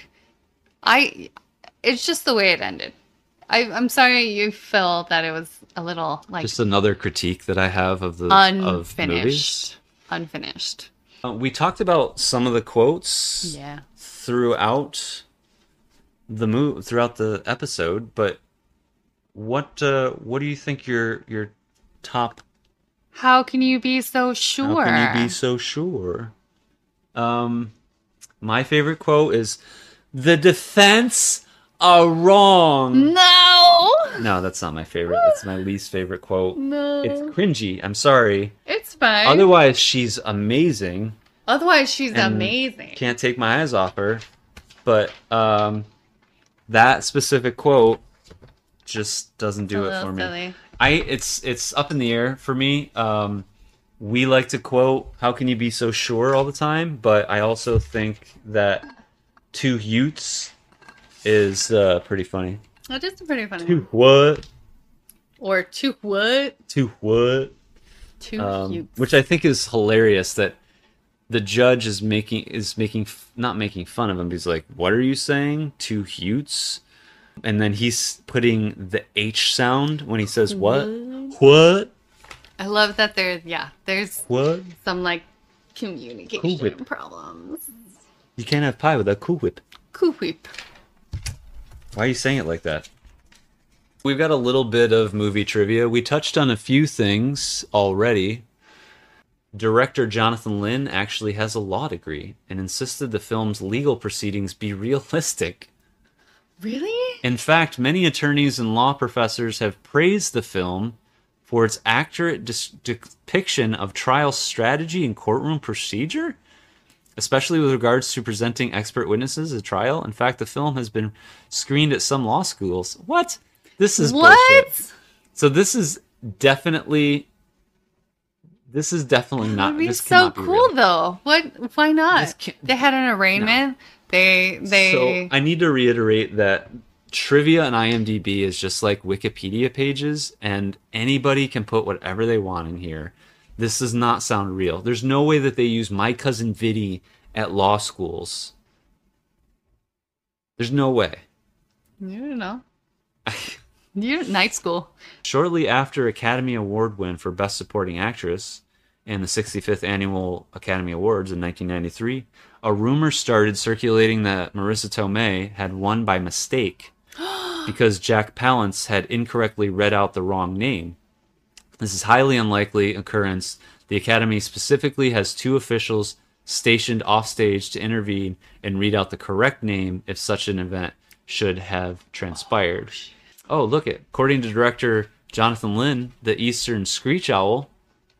S1: I. It's just the way it ended. I, I'm sorry you felt that it was a little like
S2: just another critique that i have of the of movies
S1: unfinished, unfinished.
S2: Uh, we talked about some of the quotes
S1: Yeah,
S2: throughout the move throughout the episode, but What uh, what do you think your your top?
S1: How can you be so sure?
S2: How can you be so sure? Um, my favorite quote is, "The defense are wrong."
S1: no.
S2: No, that's not my favorite. That's my least favorite quote.
S1: No.
S2: It's cringy. I'm sorry.
S1: It's fine.
S2: Otherwise, she's amazing.
S1: Otherwise, she's
S2: and
S1: amazing.
S2: Can't take my eyes off her. But um, that specific quote just doesn't do
S1: It's a
S2: it for
S1: little
S2: me.
S1: silly.
S2: I it's it's up in the air for me. Um, we like to quote "How can you be so sure?" all the time, but I also think that two Utes is uh, pretty funny.
S1: That is a pretty funny.
S2: Two
S1: one.
S2: what?
S1: Or two what?
S2: Two what?
S1: Two
S2: um,
S1: cute.
S2: which I think is hilarious that the judge is making is making f- not making fun of him. He's like, "What are you saying, two Hutes?" And then he's putting the H sound when he says what, what,
S1: I love that there's yeah, there's
S2: what.
S1: some like communication
S2: Cool whip.
S1: problems.
S2: You can't have pie without Cool Whip.
S1: Cool whip.
S2: Why are you saying it like that? We've got a little bit of movie trivia. We touched on a few things already. Director Jonathan Lynn actually has a law degree and insisted the film's legal proceedings be realistic.
S1: Really?
S2: In fact, many attorneys and law professors have praised the film for its accurate dis- depiction of trial strategy and courtroom procedure, especially with regards to presenting expert witnesses at trial. In fact, the film has been screened at some law schools. What? This is
S1: What?
S2: bullshit. So this is definitely this is definitely not
S1: That'd be
S2: this
S1: so
S2: cannot be real.
S1: cool though. What? Why
S2: This
S1: not?
S2: can't-
S1: They had an arraignment. They they
S2: So I need to reiterate that trivia on IMDb is just like Wikipedia pages, and anybody can put whatever they want in here. This does not sound real. There's no way that they use my cousin Vinny at law schools. There's no way.
S1: you don't know. you night school.
S2: Shortly after Academy Award win for Best Supporting Actress and the 65th Annual Academy Awards in 1993, a rumor started circulating that Marissa Tomei had won by mistake because Jack Palance had incorrectly read out the wrong name. This is highly unlikely occurrence. The Academy specifically has two officials stationed offstage to intervene and read out the correct name if such an event should have transpired. Oh, look it. According to director Jonathan Lynn, the Eastern Screech Owl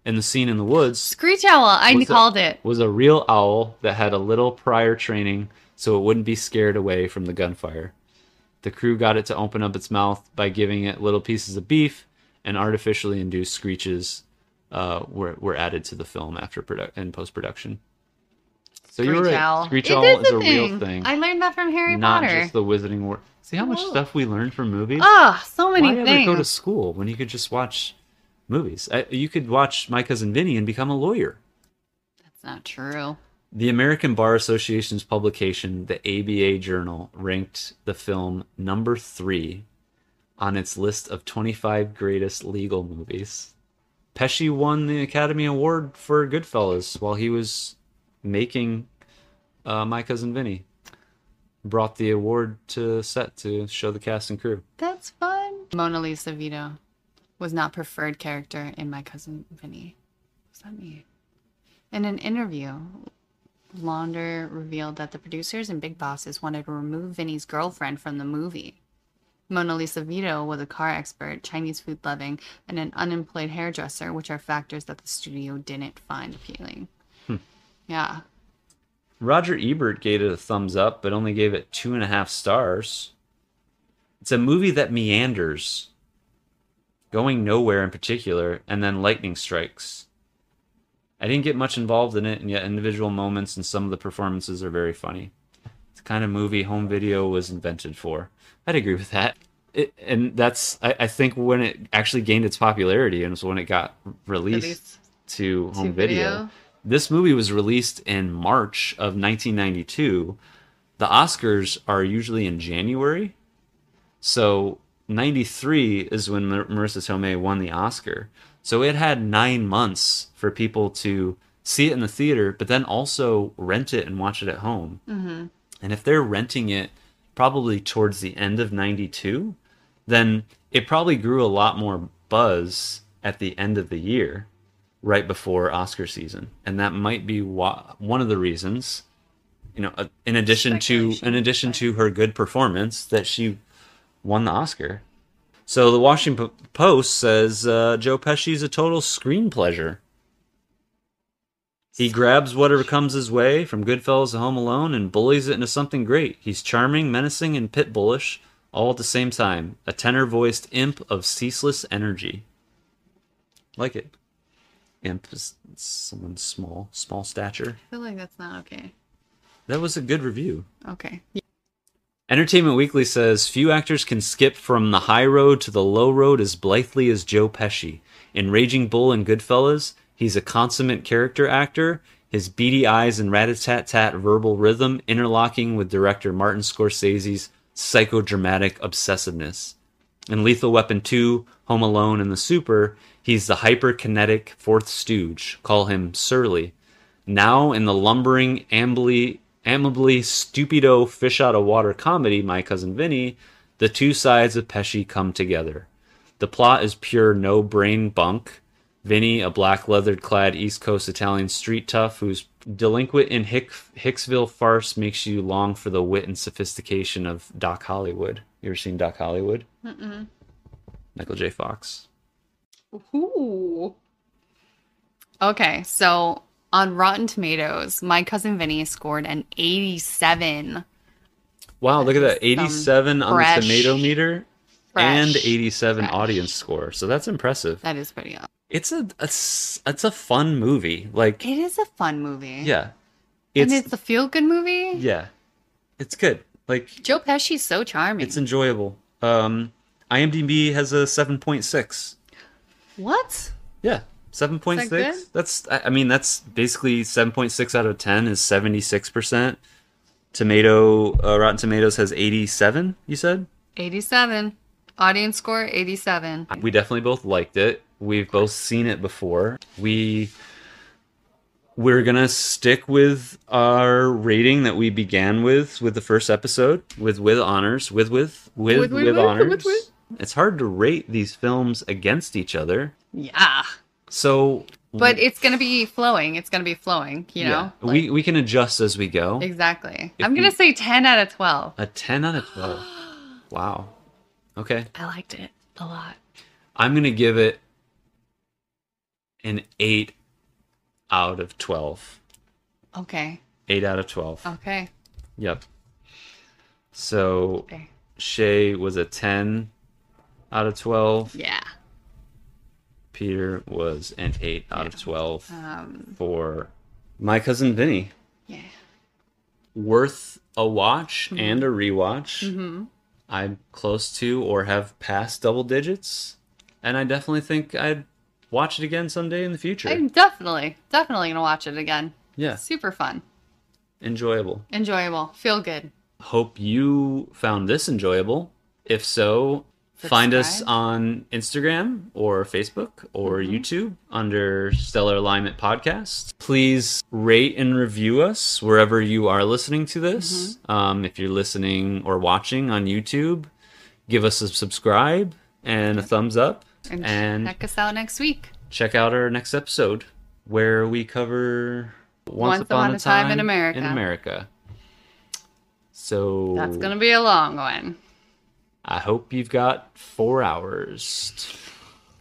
S2: in the scene in the woods
S1: Screech owl. I
S2: What's
S1: called it.
S2: was a real owl that had a little prior training so it wouldn't be scared away from the gunfire. The crew got it to open up its mouth by giving it little pieces of beef, and artificially induced screeches uh, were, were added to the film after produ- and post production. So you're
S1: Screech
S2: right.
S1: owl.
S2: Screech
S1: It
S2: owl is a real thing,
S1: I learned that from Harry
S2: not
S1: Potter.
S2: just the Wizarding World. See how much
S1: Whoa.
S2: stuff we learn from movies?
S1: Ah, so
S2: Why
S1: many
S2: ever
S1: things.
S2: go to school when you could just watch movies? I, you could watch My Cousin Vinny and become a lawyer.
S1: That's not true.
S2: The American Bar Association's publication, the ABA Journal, ranked the film number three on its list of 25 greatest legal movies. Pesci won the Academy Award for Goodfellas while he was making uh, My Cousin Vinny. Brought the award to set to show the cast and crew.
S1: That's fun. Mona Lisa Vito was not preferred character in My Cousin Vinny. What's that mean? In an interview, Launder revealed that the producers and big bosses wanted to remove Vinny's girlfriend from the movie. Mona Lisa Vito was a car expert, Chinese food loving, and an unemployed hairdresser, which are factors that the studio didn't find appealing. Yeah.
S2: Roger Ebert gave it a thumbs up, but only gave it two and a half stars. It's a movie that meanders, going nowhere in particular, and then lightning strikes. I didn't get much involved in it, and yet individual moments and some of the performances are very funny. It's the kind of movie home video was invented for. I'd agree with that. It, and that's, I, I think, when it actually gained its popularity and was when it got released
S1: Released
S2: to home
S1: to
S2: video.
S1: video.
S2: This movie was released in March of 1992. The Oscars are usually in January. So 93 is when Mar- Marissa Tomei won the Oscar. So it had nine months for people to see it in the theater, but then also rent it and watch it at home. And if they're renting it probably towards the end of 92, then it probably grew a lot more buzz at the end of the year, right before Oscar season, and that might be why, one of the reasons. You know, uh, in addition to in
S1: Speculation,
S2: addition
S1: but-
S2: to her good performance, that she won the Oscar. So the Washington P- Post says uh, Joe Pesci's a total screen pleasure. He grabs whatever comes his way, from Goodfellas to Home Alone, and bullies it into something great. He's charming, menacing, and pit bullish all at the same time. A tenor voiced imp of ceaseless energy. Like it. Imp is someone small, small stature.
S1: I feel like that's not okay.
S2: That was a good review.
S1: Okay.
S2: Entertainment Weekly says few actors can skip from the high road to the low road as blithely as Joe Pesci. In Raging Bull and Goodfellas, he's a consummate character actor. His beady eyes and rat-a-tat-tat verbal rhythm interlocking with director Martin Scorsese's psychodramatic obsessiveness. In Lethal Weapon 2, Home Alone, and The Super, he's the hyperkinetic fourth stooge. Call him Surly. Now in the lumbering, ambly, amably stupido fish out of water comedy, My Cousin Vinny, the two sides of Pesci come together. The plot is pure no brain bunk. Vinny, a black leathered clad East Coast Italian street tough whose delinquent in Hick- Hicksville farce makes you long for the wit and sophistication of Doc Hollywood. You ever seen Doc Hollywood? Mm-mm. Michael J. Fox.
S1: Ooh. Okay, so on Rotten Tomatoes, my cousin Vinny scored an 87.
S2: Wow, look at that.
S1: is some
S2: 87 on the
S1: fresh-
S2: tomato meter and
S1: fresh-
S2: 87
S1: fresh.
S2: audience score. So that's impressive.
S1: That is pretty up.
S2: It's a, a s- it's a fun movie. Like
S1: It is a fun movie.
S2: yeah.
S1: And
S2: It's,
S1: it's a feel good movie.
S2: yeah. It's good. Like
S1: Joe Pesci's so charming.
S2: it's enjoyable. Um IMDb has a 7.6.
S1: what?
S2: Yeah. 7.6.
S1: good?
S2: That's I I mean that's basically 7.6 out of 10 is 76%. Tomato uh, Rotten Tomatoes has 87, you said?
S1: 87. Audience score 87.
S2: We definitely both liked it. We've both seen it before. We we're gonna stick with our rating that we began with with the first episode with with honors with with with
S1: With-
S2: with,
S1: with- with-
S2: honors.
S1: with- with.
S2: It's hard to rate these films against each other.
S1: Yeah.
S2: So,
S1: But it's going to be flowing. It's going to be flowing, you
S2: yeah,
S1: know? Like,
S2: we we can adjust as we go.
S1: exactly.
S2: if
S1: I'm going
S2: we-
S1: to say 10 out of 12.
S2: A ten out of twelve. wow. Okay,
S1: I liked it a lot.
S2: I'm gonna give it an eight out of twelve.
S1: Okay.
S2: Eight out of twelve.
S1: Okay.
S2: Yep. So
S1: Okay.
S2: Shay was a 10 out of 12.
S1: Yeah.
S2: Peter was an 8 out of 12
S1: Um,
S2: for My Cousin Vinny.
S1: yeah.
S2: Worth a watch
S1: Mm-hmm.
S2: and a rewatch. I'm close to or have passed double digits. And I definitely think I'd watch it again someday in the future.
S1: I'm definitely, definitely going to watch it again.
S2: yeah,
S1: Super fun.
S2: enjoyable.
S1: Enjoyable. Feel good.
S2: hope you found this enjoyable. If so, find us
S1: Subscribe.
S2: on Instagram or Facebook or YouTube under Stellar Alignment Podcast. Please rate and review us wherever you are listening to this. Um, if you're listening or watching on YouTube, give us a subscribe and a thumbs up.
S1: And,
S2: And
S1: check us out next week.
S2: check out our next episode where we cover Once,
S1: Once
S2: Upon a Time, in America. In America. So
S1: That's going to be a long one.
S2: I hope you've got four hours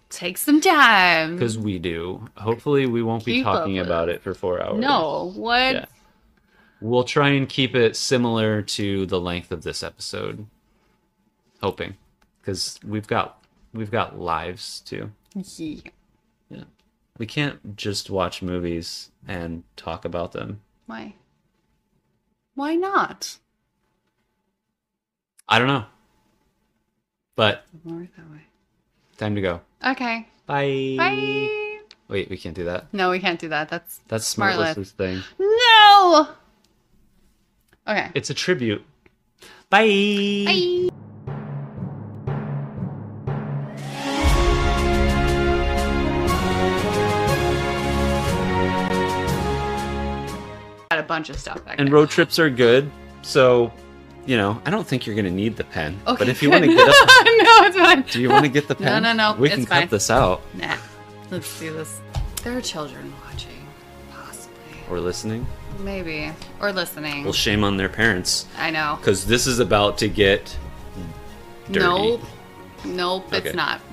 S1: Take some time.
S2: because we do. Hopefully, we won't be
S1: Keep up
S2: talking
S1: with
S2: about it for four hours.
S1: No, what?
S2: Yeah. We'll try and keep it similar to the length of this episode. Hoping, because we've got we've got lives too.
S1: Yeah.
S2: Yeah, we can't just watch movies and talk about them.
S1: Why? Why not?
S2: I don't know, but
S1: Ignore it that way.
S2: time to go.
S1: Okay.
S2: Bye.
S1: Bye.
S2: Wait, we can't do that.
S1: No, we can't do that. That's
S2: That's
S1: Smart lip.
S2: smart listeners thing.
S1: no. Okay.
S2: It's a tribute. Bye.
S1: Bye. Got a bunch of stuff back
S2: and
S1: there.
S2: road trips are good. So you know, I don't think you're going to need the pen.
S1: Okay.
S2: but if you want to
S1: good.
S2: get a,
S1: no, it's fine.
S2: do you want to get the
S1: No,
S2: pen?
S1: no, no,
S2: We
S1: it's
S2: can
S1: fine.
S2: cut this out
S1: Nah. Let's do this. There are children watching, possibly,
S2: or listening.
S1: maybe, or listening.
S2: Well, shame on their parents
S1: I know.
S2: because this is about to get dirty.
S1: Nope. Nope, it's
S2: Okay.
S1: not.